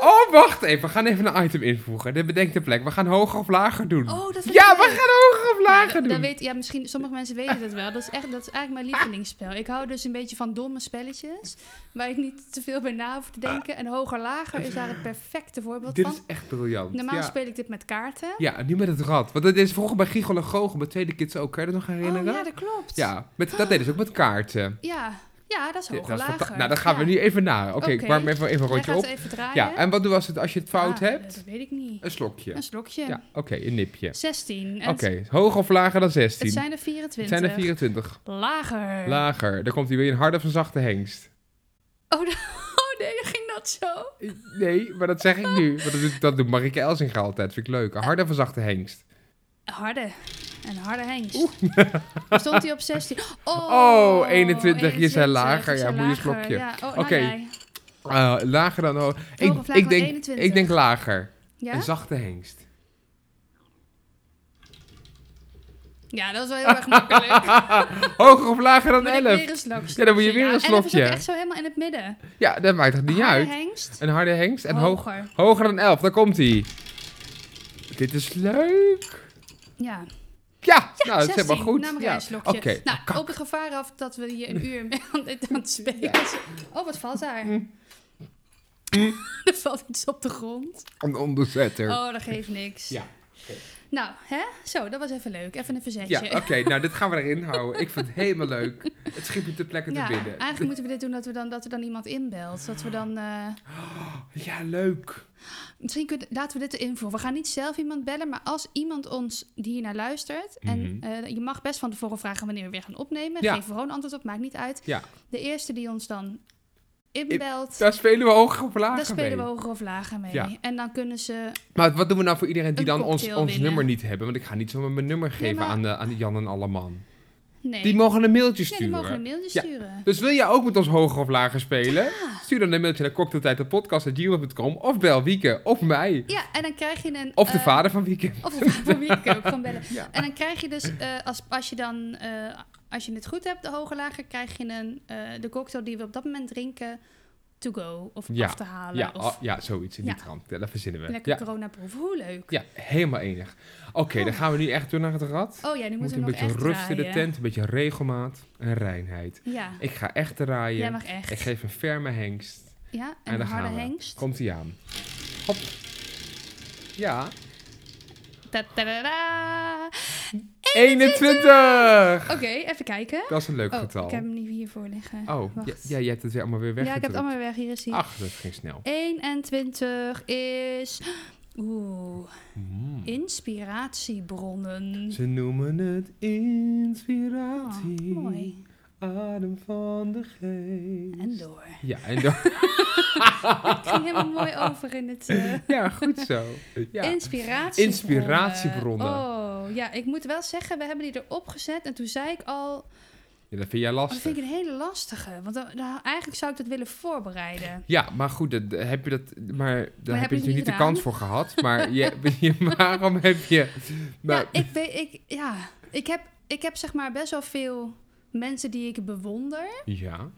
[SPEAKER 3] Oh, wacht even. We gaan even een item invoegen. Dit bedenkt de plek. We gaan hoger of lager doen.
[SPEAKER 2] Oh, dat vind
[SPEAKER 3] ja,
[SPEAKER 2] ik
[SPEAKER 3] we
[SPEAKER 2] leuk.
[SPEAKER 3] gaan hoger of
[SPEAKER 2] Ja,
[SPEAKER 3] lager
[SPEAKER 2] dat- dat
[SPEAKER 3] doen. Ah.
[SPEAKER 2] weet, ja, misschien, sommige mensen weten dat wel. Dat is, echt, dat is eigenlijk mijn lievelingsspel. Ik hou dus een beetje van domme spelletjes. Waar ik niet te veel bij na hoef te denken. En hoger-lager is daar het perfecte voorbeeld
[SPEAKER 3] Ah. Dit
[SPEAKER 2] van.
[SPEAKER 3] is echt briljant.
[SPEAKER 2] Normaal
[SPEAKER 3] ja.
[SPEAKER 2] speel ik dit met kaarten.
[SPEAKER 3] ja, nu met het rad. Want dat is vroeger bij Giegel en Goochel, mijn tweede kids ook. Kan je dat nog
[SPEAKER 2] Oh
[SPEAKER 3] herinneren?
[SPEAKER 2] ja, dat klopt.
[SPEAKER 3] Ja, met, dat deden ze ook met kaarten.
[SPEAKER 2] ja, Ja, dat is
[SPEAKER 3] Ja, dat is fanta-
[SPEAKER 2] hoger-lager.
[SPEAKER 3] nou, dat gaan we
[SPEAKER 2] Ja.
[SPEAKER 3] nu even na. Oké, ik
[SPEAKER 2] Oké.
[SPEAKER 3] warm even, even een
[SPEAKER 2] Jij
[SPEAKER 3] rondje
[SPEAKER 2] gaat
[SPEAKER 3] op.
[SPEAKER 2] even draaien.
[SPEAKER 3] Ja, en wat was het als je het fout
[SPEAKER 2] Ah,
[SPEAKER 3] hebt?
[SPEAKER 2] Dat weet ik niet.
[SPEAKER 3] Een slokje.
[SPEAKER 2] Een slokje.
[SPEAKER 3] Ja, oké, een nipje.
[SPEAKER 2] 16. En
[SPEAKER 3] Oké, hoger of lager dan
[SPEAKER 2] het,
[SPEAKER 3] 16?
[SPEAKER 2] het zijn er 24.
[SPEAKER 3] Het zijn er 24.
[SPEAKER 2] Lager.
[SPEAKER 3] Lager. Daar komt hij weer een harde of een zachte hengst.
[SPEAKER 2] oh, da- oh nee, dat ging dat zo.
[SPEAKER 3] Eh, Nee, maar dat zeg ik nu. Want dat doet, dat doet Marike Elsinga altijd. Vind ik leuk. Een harde of een zachte hengst.
[SPEAKER 2] Een Harde. Een harde hengst. Stond hij op 16. Oh,
[SPEAKER 3] Oh, 21. Je zei
[SPEAKER 2] 21.
[SPEAKER 3] lager.
[SPEAKER 2] Ik
[SPEAKER 3] Ja,
[SPEAKER 2] zei
[SPEAKER 3] moet je eens
[SPEAKER 2] lager.
[SPEAKER 3] klokje.
[SPEAKER 2] Ja. Oh, nou,
[SPEAKER 3] Oké.
[SPEAKER 2] jij.
[SPEAKER 3] Eh, lager dan hoog. Ik,
[SPEAKER 2] of lager
[SPEAKER 3] ik, denk,
[SPEAKER 2] dan 21?
[SPEAKER 3] ik denk lager.
[SPEAKER 2] Ja?
[SPEAKER 3] Een zachte hengst.
[SPEAKER 2] ja, dat was wel heel erg makkelijk.
[SPEAKER 3] Hoger of lager dan
[SPEAKER 2] Moet ik
[SPEAKER 3] 11?
[SPEAKER 2] weer een slokje.
[SPEAKER 3] Ja, dan moet je weer
[SPEAKER 2] En
[SPEAKER 3] een
[SPEAKER 2] dat was ook
[SPEAKER 3] slokje.
[SPEAKER 2] echt zo helemaal in het midden.
[SPEAKER 3] Ja, dat maakt het niet
[SPEAKER 2] Harde
[SPEAKER 3] uit.
[SPEAKER 2] hengst.
[SPEAKER 3] Een harde hengst en hoog,
[SPEAKER 2] Hoger.
[SPEAKER 3] hoger dan 11. Daar komt hij. Dit is leuk.
[SPEAKER 2] Ja.
[SPEAKER 3] Ja, nou, dat
[SPEAKER 2] 16.
[SPEAKER 3] is helemaal goed.
[SPEAKER 2] Nou, maar
[SPEAKER 3] ja.
[SPEAKER 2] een slokje.
[SPEAKER 3] Oké. Mm.
[SPEAKER 2] Nou, op het gevaar af dat we hier een uur mee aan het, aan het spelen zijn. Oh, wat valt daar?
[SPEAKER 3] Mm.
[SPEAKER 2] er valt iets op de grond.
[SPEAKER 3] Een onderzetter.
[SPEAKER 2] Oh, dat geeft niks.
[SPEAKER 3] Ja.
[SPEAKER 2] Nou, hè? Zo, dat was even leuk. Even een verzetje.
[SPEAKER 3] Ja, oké. nou, dit gaan we erin houden. Ik vind het helemaal leuk. Het schiet je ter plekke
[SPEAKER 2] Ja,
[SPEAKER 3] te binnen.
[SPEAKER 2] eigenlijk moeten we dit doen dat, we dan, dat er dan iemand inbelt. Dat we dan... eh,
[SPEAKER 3] Ja, leuk.
[SPEAKER 2] misschien kunnen, laten we dit invoeren. We gaan niet zelf iemand bellen, maar als iemand ons die hiernaar luistert...
[SPEAKER 3] Mhm.
[SPEAKER 2] en eh, je mag best van tevoren vragen wanneer we weer gaan opnemen.
[SPEAKER 3] Ja.
[SPEAKER 2] Geef gewoon een antwoord op, maakt niet uit.
[SPEAKER 3] Ja.
[SPEAKER 2] De eerste die ons dan inbelt,
[SPEAKER 3] Daar spelen we hoog op laag
[SPEAKER 2] daar spelen we
[SPEAKER 3] mee.
[SPEAKER 2] hoger of lager mee.
[SPEAKER 3] Ja.
[SPEAKER 2] En dan kunnen ze...
[SPEAKER 3] Maar wat doen we nou voor iedereen die
[SPEAKER 2] Een
[SPEAKER 3] dan ons,
[SPEAKER 2] cocktail
[SPEAKER 3] ons
[SPEAKER 2] winnen.
[SPEAKER 3] nummer niet hebben? Want ik ga niet zomaar mijn nummer geven
[SPEAKER 2] maar-
[SPEAKER 3] aan, de, aan Jan en Alleman.
[SPEAKER 2] Nee,
[SPEAKER 3] Die mogen een mailtje
[SPEAKER 2] Nee,
[SPEAKER 3] sturen.
[SPEAKER 2] die mogen een mailtje
[SPEAKER 3] Ja.
[SPEAKER 2] sturen.
[SPEAKER 3] Dus wil jij ook met ons hoger of lager spelen? Stuur dan een mailtje naar cocktailtijdpodcast.gmail.com of bel Wieke of mij.
[SPEAKER 2] Ja, en dan krijg je een...
[SPEAKER 3] Of de
[SPEAKER 2] eh,
[SPEAKER 3] vader van Wieke.
[SPEAKER 2] Of de vader van wie ik ook kan bellen.
[SPEAKER 3] Ja.
[SPEAKER 2] En dan krijg je dus, eh, als, als je dan, eh, als je het goed hebt, de hoge lager, krijg je een, eh, de cocktail die we op dat moment drinken, to go of
[SPEAKER 3] Ja,
[SPEAKER 2] af te halen.
[SPEAKER 3] Ja,
[SPEAKER 2] of
[SPEAKER 3] oh, ja, zoiets in die
[SPEAKER 2] Ja.
[SPEAKER 3] trant. Ja, dat verzinnen we.
[SPEAKER 2] lekker
[SPEAKER 3] Ja.
[SPEAKER 2] coronaproef. Hoe leuk.
[SPEAKER 3] ja, helemaal enig. Oké, dan gaan we nu echt door naar het rad.
[SPEAKER 2] Oh ja, nu
[SPEAKER 3] We
[SPEAKER 2] moeten
[SPEAKER 3] moeten een
[SPEAKER 2] we nog
[SPEAKER 3] beetje
[SPEAKER 2] echt
[SPEAKER 3] rust in de
[SPEAKER 2] draaien.
[SPEAKER 3] tent, een beetje regelmaat en reinheid.
[SPEAKER 2] Ja,
[SPEAKER 3] Ik ga echt draaien.
[SPEAKER 2] jij mag echt.
[SPEAKER 3] Ik geef een ferme hengst.
[SPEAKER 2] ja,
[SPEAKER 3] En,
[SPEAKER 2] en, een
[SPEAKER 3] daar
[SPEAKER 2] harde
[SPEAKER 3] gaan we.
[SPEAKER 2] hengst.
[SPEAKER 3] Komt hij aan. Hop. Ja.
[SPEAKER 2] Ta-ta-da-da.
[SPEAKER 3] 21!
[SPEAKER 2] Oké, even kijken.
[SPEAKER 3] Dat is een leuk
[SPEAKER 2] Oh,
[SPEAKER 3] getal.
[SPEAKER 2] ik heb hem niet hiervoor liggen.
[SPEAKER 3] Oh, ja,
[SPEAKER 2] Wacht.
[SPEAKER 3] ja, jij hebt het weer allemaal weer
[SPEAKER 2] Ja, ik heb
[SPEAKER 3] weggedrukt.
[SPEAKER 2] het allemaal weg. Hier is hij.
[SPEAKER 3] Ach, dat ging snel.
[SPEAKER 2] 21 is... Oeh,
[SPEAKER 3] Mm.
[SPEAKER 2] inspiratiebronnen.
[SPEAKER 3] Ze noemen het inspiratie.
[SPEAKER 2] Oh, mooi.
[SPEAKER 3] Adem van de geest.
[SPEAKER 2] En door.
[SPEAKER 3] Ja, en dan...
[SPEAKER 2] Het ging helemaal mooi over in het... eh,
[SPEAKER 3] ja, goed zo. Ja.
[SPEAKER 2] Inspiratiebronnen.
[SPEAKER 3] Inspiratiebronnen.
[SPEAKER 2] Oh, ja. Ik moet wel zeggen, we hebben die erop gezet. En toen zei ik al... oh,
[SPEAKER 3] Ja, dat vind jij
[SPEAKER 2] dat
[SPEAKER 3] lastig.
[SPEAKER 2] vind ik een hele lastige. Want dan- dan- eigenlijk zou ik dat willen voorbereiden.
[SPEAKER 3] Ja, maar goed, dat, dat- heb je dat, maar daar heb,
[SPEAKER 2] heb ik
[SPEAKER 3] je
[SPEAKER 2] niet
[SPEAKER 3] natuurlijk niet de
[SPEAKER 2] gedaan.
[SPEAKER 3] kans voor gehad. Maar je, je- waarom heb je... Maar,
[SPEAKER 2] Ja, ik weet... Ik, ja, ik heb, ik heb zeg maar best wel veel mensen die ik bewonder.
[SPEAKER 3] ja.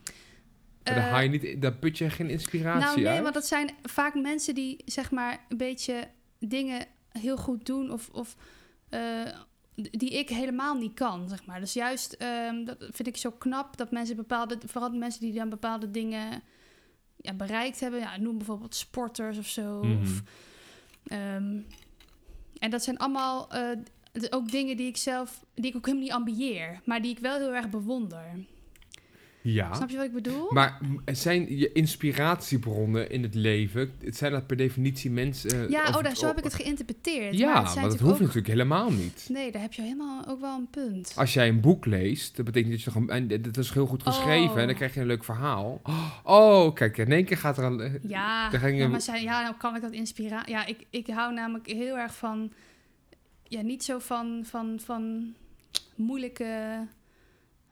[SPEAKER 3] Maar dan
[SPEAKER 2] Eh,
[SPEAKER 3] haal je niet, daar put je geen inspiratie
[SPEAKER 2] Nou nee,
[SPEAKER 3] uit.
[SPEAKER 2] want dat zijn vaak mensen die zeg maar een beetje dingen heel goed doen of, of eh, die ik helemaal niet kan, zeg maar. Dus juist, ehm, dat vind ik zo knap dat mensen bepaalde, vooral mensen die dan bepaalde dingen ja, bereikt hebben, ja, noem bijvoorbeeld sporters of zo.
[SPEAKER 3] Mhm.
[SPEAKER 2] Of, ehm, en dat zijn allemaal eh, d- ook dingen die ik zelf, die ik ook helemaal niet ambieer, maar die ik wel heel erg bewonder.
[SPEAKER 3] Ja.
[SPEAKER 2] Snap je wat ik bedoel?
[SPEAKER 3] Ah. Maar m- zijn je inspiratiebronnen in het leven, het zijn dat per definitie mensen... eh,
[SPEAKER 2] ja,
[SPEAKER 3] of
[SPEAKER 2] oh, daar,
[SPEAKER 3] het-
[SPEAKER 2] zo heb ik het geïnterpreteerd.
[SPEAKER 3] Ja,
[SPEAKER 2] maar het
[SPEAKER 3] maar
[SPEAKER 2] zijn
[SPEAKER 3] dat hoeft
[SPEAKER 2] natuurlijk ook
[SPEAKER 3] natuurlijk helemaal niet.
[SPEAKER 2] Nee, daar heb je helemaal ook wel een punt.
[SPEAKER 3] Als jij een boek leest, dat betekent dat je nog een... En dit is heel goed geschreven
[SPEAKER 2] Oh.
[SPEAKER 3] en dan krijg je een leuk verhaal. Oh, kijk, in één keer gaat er een...
[SPEAKER 2] Ja,
[SPEAKER 3] Daar ging
[SPEAKER 2] ja,
[SPEAKER 3] een-
[SPEAKER 2] maar zijn, ja, nou kan ik dat inspireren. Ja, ik, ik hou namelijk heel erg van... Ja, niet zo van, van, van moeilijke...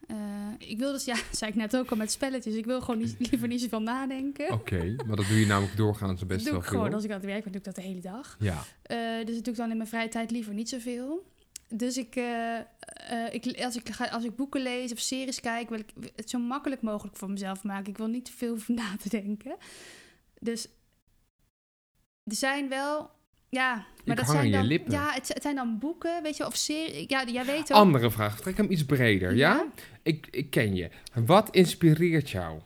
[SPEAKER 2] eh, ik wil dus, ja, zei ik net ook al met spelletjes. Ik wil gewoon niet, liever niet zoveel nadenken.
[SPEAKER 3] Oké, maar dat doe je namelijk doorgaans Oh, best
[SPEAKER 2] doe
[SPEAKER 3] wel
[SPEAKER 2] ik gewoon,
[SPEAKER 3] veel.
[SPEAKER 2] als ik aan het werk ben, doe ik dat de hele dag.
[SPEAKER 3] Ja,
[SPEAKER 2] Eh, dus dat doe ik dan in mijn vrije tijd liever niet zoveel. Dus ik, eh, eh, ik, als, ik ga, als ik boeken lees of series kijk, wil ik het zo makkelijk mogelijk voor mezelf maken. Ik wil niet te veel hoeven na te denken. Dus er zijn wel. Ja, maar dat
[SPEAKER 3] hang
[SPEAKER 2] zijn
[SPEAKER 3] aan je
[SPEAKER 2] dan,
[SPEAKER 3] lippen.
[SPEAKER 2] Ja, het, het zijn dan boeken, weet je, of series. Ja, jij weet ook.
[SPEAKER 3] Andere vraag, trek hem iets breder, ja? Ik, ik ken je. Wat inspireert jou?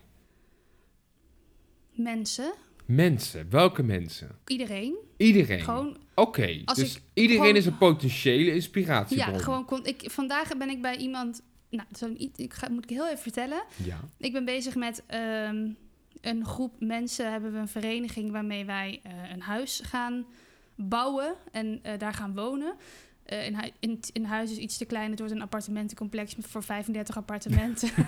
[SPEAKER 2] Mensen,
[SPEAKER 3] Mensen, welke mensen?
[SPEAKER 2] iedereen.
[SPEAKER 3] Iedereen.
[SPEAKER 2] Gewoon
[SPEAKER 3] Oké,
[SPEAKER 2] Als
[SPEAKER 3] dus
[SPEAKER 2] ik
[SPEAKER 3] iedereen
[SPEAKER 2] gewoon-
[SPEAKER 3] is een potentiële inspiratiebron.
[SPEAKER 2] Ja, gewoon kon, ik, vandaag ben ik bij iemand. Nou, dat is een iets- ik ga, moet ik heel even vertellen.
[SPEAKER 3] Ja.
[SPEAKER 2] Ik ben bezig met ehm, een groep mensen. Hebben we een vereniging waarmee wij eh, een huis gaan bouwen en eh, daar gaan wonen. Eh in, hui- in, in huis is iets te klein. Het wordt een appartementencomplex met voor 35 appartementen.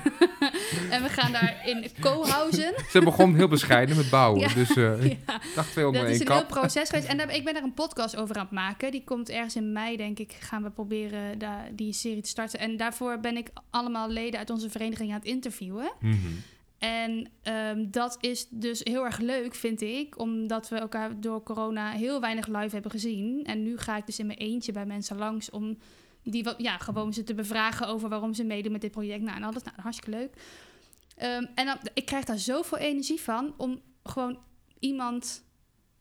[SPEAKER 2] en we gaan daar in co-housen.
[SPEAKER 3] Ze begon heel bescheiden met bouwen,
[SPEAKER 2] Ja.
[SPEAKER 3] dus eh
[SPEAKER 2] Ja.
[SPEAKER 3] dacht twee onder
[SPEAKER 2] Dat is
[SPEAKER 3] één
[SPEAKER 2] een
[SPEAKER 3] kap.
[SPEAKER 2] heel proces geweest. En daar, ik ben daar een podcast over aan het maken. Die komt ergens in mei, denk ik. Gaan we proberen daar- die serie te starten. En daarvoor ben ik allemaal leden uit onze vereniging aan het interviewen.
[SPEAKER 3] Mhm.
[SPEAKER 2] En ehm, dat is dus heel erg leuk, vind ik. Omdat we elkaar door corona heel weinig live hebben gezien. En nu ga ik dus in mijn eentje bij mensen langs om die wat, ja, gewoon ze te bevragen over waarom ze meedoen met dit project. Nou, en alles. Nou, hartstikke leuk. Ehm, en dan, ik krijg daar zoveel energie van om gewoon iemand,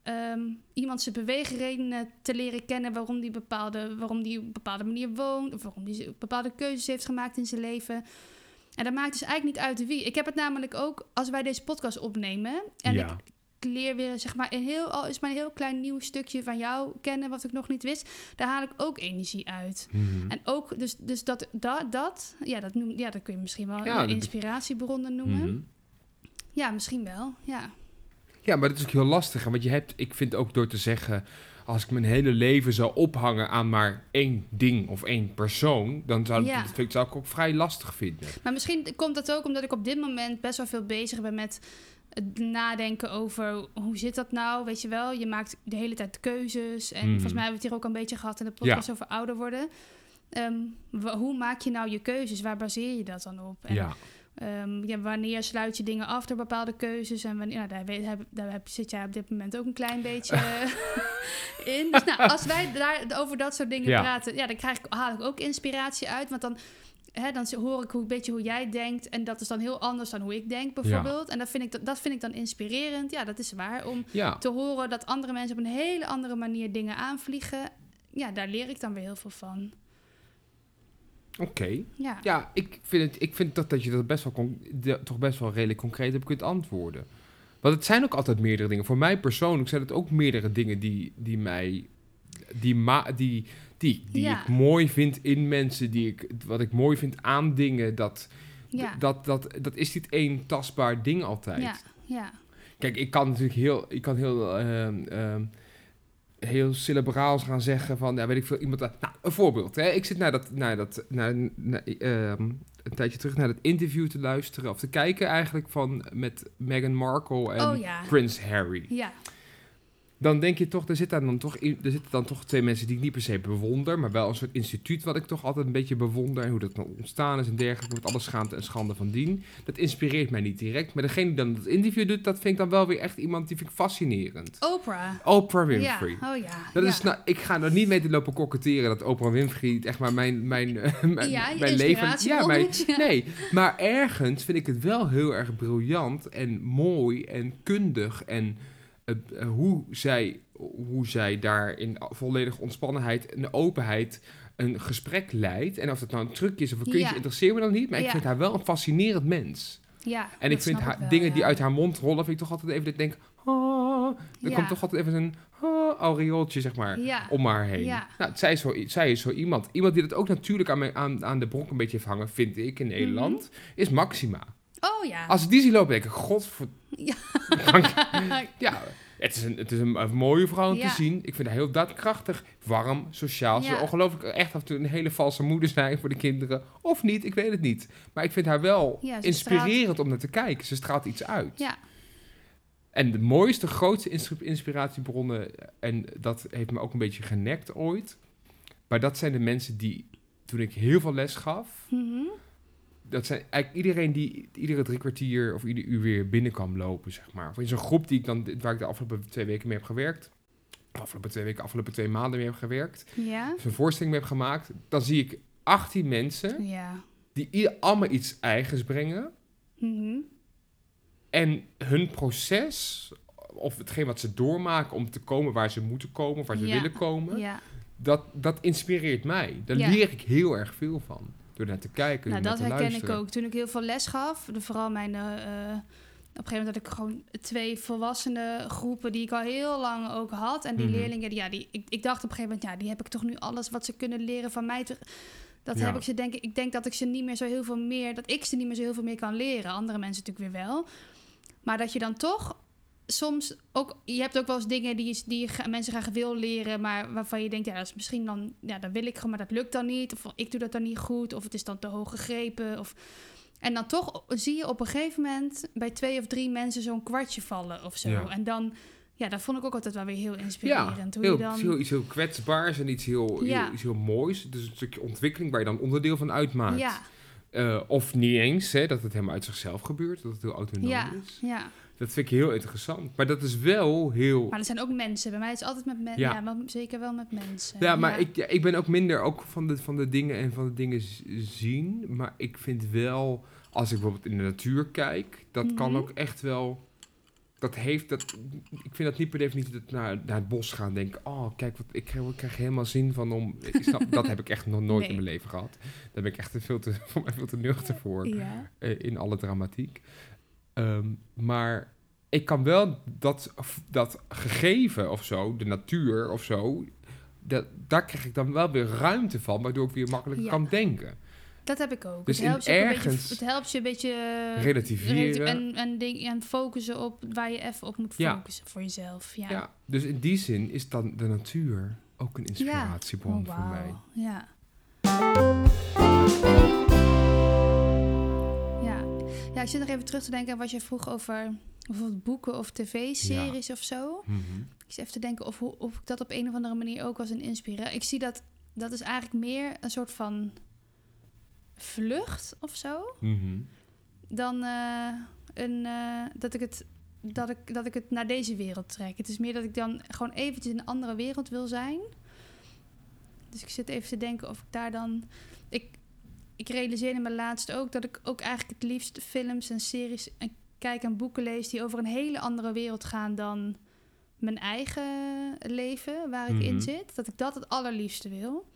[SPEAKER 2] ehm, iemand zijn beweegredenen te leren kennen. Waarom die, bepaalde, waarom die op een bepaalde manier woont. Of waarom die bepaalde keuzes heeft gemaakt in zijn leven. En dat maakt dus eigenlijk niet uit wie. Ik heb het namelijk ook als wij deze podcast opnemen. En
[SPEAKER 3] Ja.
[SPEAKER 2] ik leer weer, zeg maar, een heel, al is maar een heel klein nieuw stukje van jou kennen. wat ik nog niet wist. Daar haal ik ook energie uit.
[SPEAKER 3] Mhm.
[SPEAKER 2] En ook, dus, dus dat, dat, dat, ja, dat, noem, ja, dat kun je misschien wel
[SPEAKER 3] Ja,
[SPEAKER 2] een
[SPEAKER 3] dat-
[SPEAKER 2] inspiratiebronnen noemen.
[SPEAKER 3] Mhm.
[SPEAKER 2] Ja, misschien wel. Ja.
[SPEAKER 3] Ja, maar dat is ook heel lastig. hè, Want je hebt, ik vind ook door te zeggen, als ik mijn hele leven zou ophangen aan maar één ding of één persoon, dan zou,
[SPEAKER 2] Ja.
[SPEAKER 3] dat vind ik, zou ik ook vrij lastig vinden.
[SPEAKER 2] Maar misschien komt dat ook omdat ik op dit moment best wel veel bezig ben met het nadenken over hoe zit dat nou? Weet je wel, je maakt de hele tijd keuzes. En
[SPEAKER 3] Mhm.
[SPEAKER 2] volgens mij hebben we het hier ook een beetje gehad in de podcast over ouder worden. Ehm, wa- hoe maak je nou je keuzes? Waar baseer je dat dan op? En
[SPEAKER 3] Ja.
[SPEAKER 2] Ehm, ja, wanneer sluit je dingen af door bepaalde keuzes? En wanneer, nou, daar, weet, heb, daar heb, zit jij op dit moment ook een klein beetje in. Dus nou, als wij daar over dat soort dingen
[SPEAKER 3] Ja.
[SPEAKER 2] praten, ja, dan krijg ik, haal ik ook inspiratie uit. Want dan, hè, dan hoor ik hoe, een beetje hoe jij denkt. En dat is dan heel anders dan hoe ik denk, bijvoorbeeld. En dat vind, ik, dat, dat vind ik dan inspirerend. Ja, dat is waar. Om
[SPEAKER 3] Ja.
[SPEAKER 2] te horen dat andere mensen op een hele andere manier dingen aanvliegen. Ja, daar leer ik dan weer heel veel van.
[SPEAKER 3] Oké.
[SPEAKER 2] Ja.
[SPEAKER 3] Ja, ik vind, het, ik vind dat, dat je dat best wel con- de- toch best wel redelijk concreet hebt kunt antwoorden. Want het zijn ook altijd meerdere dingen. Voor mij persoonlijk zijn het ook meerdere dingen die, die mij. Die, ma die, die, die
[SPEAKER 2] Ja.
[SPEAKER 3] ik mooi vind in mensen, die ik, wat ik mooi vind aan dingen. Dat,
[SPEAKER 2] Ja.
[SPEAKER 3] dat, dat, dat is niet één tastbaar ding altijd.
[SPEAKER 2] Ja. Ja.
[SPEAKER 3] Kijk, ik kan natuurlijk heel, ik kan heel, ehm, ehm, heel cerebraals gaan zeggen van, ja, weet ik veel, iemand... Nou, een voorbeeld, hè. Ik zit naar dat, naar dat, naar, naar, ehm, een tijdje terug naar dat interview te luisteren, of te kijken eigenlijk van, met Meghan Markle en
[SPEAKER 2] Oh ja.
[SPEAKER 3] Prins Harry.
[SPEAKER 2] Ja.
[SPEAKER 3] Dan denk je toch, er zitten dan toch, i- er zitten dan toch twee mensen die ik niet per se bewonder, maar wel een soort instituut wat ik toch altijd een beetje bewonder en hoe dat nou ontstaan is en dergelijke, met alle schaamte en schande van dien. Dat inspireert mij niet direct, maar degene die dan dat interview doet, dat vind ik dan wel weer echt iemand die vind ik fascinerend.
[SPEAKER 2] Oprah.
[SPEAKER 3] Oprah Winfrey.
[SPEAKER 2] Ja, oh ja.
[SPEAKER 3] Dat
[SPEAKER 2] ja.
[SPEAKER 3] is nou, ik ga er niet mee te lopen koketteren dat Oprah Winfrey echt maar mijn, mijn, eh, mijn,
[SPEAKER 2] Ja, je
[SPEAKER 3] mijn leven... Ja, mijn,
[SPEAKER 2] inspiratiebron. Ja.
[SPEAKER 3] nee, maar ergens vind ik het wel heel erg briljant en mooi en kundig. En eh, eh, hoe, zij, hoe zij daar in volledige ontspannenheid en openheid een gesprek leidt. En of dat nou een truc is of een kunstje,
[SPEAKER 2] Ja.
[SPEAKER 3] interesseert me dan niet. Maar ik
[SPEAKER 2] Ja.
[SPEAKER 3] vind haar wel een fascinerend mens.
[SPEAKER 2] Ja,
[SPEAKER 3] En
[SPEAKER 2] dat
[SPEAKER 3] ik vind
[SPEAKER 2] snap
[SPEAKER 3] haar,
[SPEAKER 2] wel,
[SPEAKER 3] dingen
[SPEAKER 2] ja.
[SPEAKER 3] die uit haar mond rollen, vind ik toch altijd even dat ik denk... Ah, er
[SPEAKER 2] Ja.
[SPEAKER 3] komt toch altijd even een ah, aureooltje, zeg maar
[SPEAKER 2] Ja.
[SPEAKER 3] om haar heen.
[SPEAKER 2] Ja.
[SPEAKER 3] Nou, zij, is zo, zij is zo iemand. Iemand die dat ook natuurlijk aan, mijn- aan, aan de bronk een beetje heeft hangen, vind ik,
[SPEAKER 2] Mhm.
[SPEAKER 3] in Nederland, is Maxima.
[SPEAKER 2] Oh ja.
[SPEAKER 3] Als ik die zie lopen, denk ik, godver...
[SPEAKER 2] Ja.
[SPEAKER 3] ja, het is een, het is een, een mooie vrouw om
[SPEAKER 2] Ja.
[SPEAKER 3] te zien. Ik vind haar heel daadkrachtig, warm, sociaal. Ze
[SPEAKER 2] Ja.
[SPEAKER 3] zal ongelooflijk echt af en toe een hele valse moeder zijn voor de kinderen. Of niet, ik weet het niet. Maar ik vind haar wel
[SPEAKER 2] Ja, ze
[SPEAKER 3] inspirerend om naar te kijken. Ze straalt iets uit.
[SPEAKER 2] Ja.
[SPEAKER 3] En de mooiste, grootste ins- inspiratiebronnen, en dat heeft me ook een beetje genekt ooit. Maar dat zijn de mensen die, toen ik heel veel les gaf,
[SPEAKER 2] Mhm.
[SPEAKER 3] dat zijn eigenlijk iedereen die iedere drie kwartier of ieder uur weer binnenkwam lopen, zeg maar. Of in zo'n groep die ik dan, waar ik de afgelopen twee weken mee heb gewerkt. afgelopen twee weken, afgelopen twee maanden mee heb gewerkt,
[SPEAKER 2] Ja?
[SPEAKER 3] dus een voorstelling mee heb gemaakt, dan zie ik 18 mensen
[SPEAKER 2] Ja.
[SPEAKER 3] die ieder allemaal iets eigens brengen.
[SPEAKER 2] Mhm.
[SPEAKER 3] En hun proces, of hetgeen wat ze doormaken om te komen waar ze moeten komen, of waar ze
[SPEAKER 2] Ja.
[SPEAKER 3] willen komen,
[SPEAKER 2] Ja.
[SPEAKER 3] dat, dat inspireert mij. Daar
[SPEAKER 2] Ja.
[SPEAKER 3] leer ik heel erg veel van. Door naar te kijken,
[SPEAKER 2] Nou,
[SPEAKER 3] door
[SPEAKER 2] dat
[SPEAKER 3] naar te
[SPEAKER 2] herken
[SPEAKER 3] luisteren.
[SPEAKER 2] ik ook. Toen ik heel veel les gaf, de- vooral mijn... eh, eh, op een gegeven moment had ik gewoon twee volwassene groepen die ik al heel lang ook had. En die
[SPEAKER 3] Mhm.
[SPEAKER 2] leerlingen, die- ja, die, ik, ik dacht op een gegeven moment, ja, die heb ik toch nu alles wat ze kunnen leren van mij. te- Dat
[SPEAKER 3] Ja.
[SPEAKER 2] heb ik ze denk ik, ik denk dat ik ze niet meer zo heel veel meer, dat ik ze niet meer zo heel veel meer kan leren. Andere mensen natuurlijk weer wel. Maar dat je dan toch soms ook, je hebt ook wel eens dingen die, je- die je gra- mensen graag wil leren, maar waarvan je denkt, ja, dat is misschien dan, ja, dat wil ik gewoon, maar dat lukt dan niet. Of ik doe dat dan niet goed, of het is dan te hoog gegrepen. Of... En dan toch zie je op een gegeven moment bij twee of drie mensen zo'n kwartje vallen of zo.
[SPEAKER 3] Ja.
[SPEAKER 2] En dan, ja, dat vond ik ook altijd wel weer heel
[SPEAKER 3] Ja,
[SPEAKER 2] inspirerend. hoe
[SPEAKER 3] heel,
[SPEAKER 2] je dan...
[SPEAKER 3] heel- iets heel kwetsbaars en iets heel, heel-
[SPEAKER 2] Ja.
[SPEAKER 3] iets heel moois. Dus een stukje ontwikkeling waar je dan onderdeel van uitmaakt.
[SPEAKER 2] ja,
[SPEAKER 3] Eh, of niet eens, hè, dat het helemaal uit zichzelf gebeurt, dat het heel autonoom
[SPEAKER 2] ja,
[SPEAKER 3] is.
[SPEAKER 2] ja.
[SPEAKER 3] Dat vind ik heel interessant. Maar dat is wel heel...
[SPEAKER 2] Maar er zijn ook mensen. Bij mij is het altijd met mensen.
[SPEAKER 3] Ja.
[SPEAKER 2] Ja, wel- zeker wel met mensen.
[SPEAKER 3] Ja, maar Ik, ja, ik ben ook minder ook van, de, van de dingen en van de dingen z- zien. Maar ik vind wel, als ik bijvoorbeeld in de natuur kijk, dat kan
[SPEAKER 2] Mhm.
[SPEAKER 3] ook echt wel. Dat heeft dat. Ik vind dat niet per definitie dat naar, naar het bos gaan denken. Oh, kijk, wat, ik, krijg, ik krijg helemaal zin van om. Ik snap, dat heb ik echt nog nooit in
[SPEAKER 2] Nee.
[SPEAKER 3] mijn leven gehad. Daar ben ik echt veel te, voor mij veel te nuchter voor.
[SPEAKER 2] Ja,
[SPEAKER 3] eh, in alle dramatiek. Ehm, maar ik kan wel dat, of dat gegeven of zo, de natuur of zo, dat, daar krijg ik dan wel weer ruimte van, waardoor ik weer makkelijker
[SPEAKER 2] Ja.
[SPEAKER 3] kan denken.
[SPEAKER 2] dat heb ik ook.
[SPEAKER 3] Dus in
[SPEAKER 2] het, helpt je ook een
[SPEAKER 3] ergens
[SPEAKER 2] beetje, het helpt je een beetje... eh,
[SPEAKER 3] Relativeren.
[SPEAKER 2] relatief- En, en, ding, en focussen op waar je even op moet
[SPEAKER 3] Ja.
[SPEAKER 2] focussen voor jezelf. Ja,
[SPEAKER 3] Ja. Dus in die zin is dan de natuur ook een inspiratiebron
[SPEAKER 2] Oh,
[SPEAKER 3] voor
[SPEAKER 2] wauw.
[SPEAKER 3] mij.
[SPEAKER 2] Ja. ja. Ja, ik zit nog even terug te denken aan wat je vroeg over... Bijvoorbeeld boeken of tv-series of zo.
[SPEAKER 3] Mhm.
[SPEAKER 2] Ik zit even te denken of, hoe- of ik dat op een of andere manier ook was een inspiratie. Ik zie dat, dat is eigenlijk meer een soort van vlucht of zo.
[SPEAKER 3] Mhm.
[SPEAKER 2] Dan eh, een, eh, dat, ik het, dat, ik, dat ik het naar deze wereld trek. Het is meer dat ik dan gewoon eventjes in een andere wereld wil zijn. Dus ik zit even te denken of ik daar dan... Ik, ik realiseerde me laatst ook dat ik ook eigenlijk het liefst films en series en kijk en boeken lees die over een hele andere wereld gaan dan mijn eigen leven waar ik
[SPEAKER 3] Mhm.
[SPEAKER 2] in zit. Dat ik dat het allerliefste wil.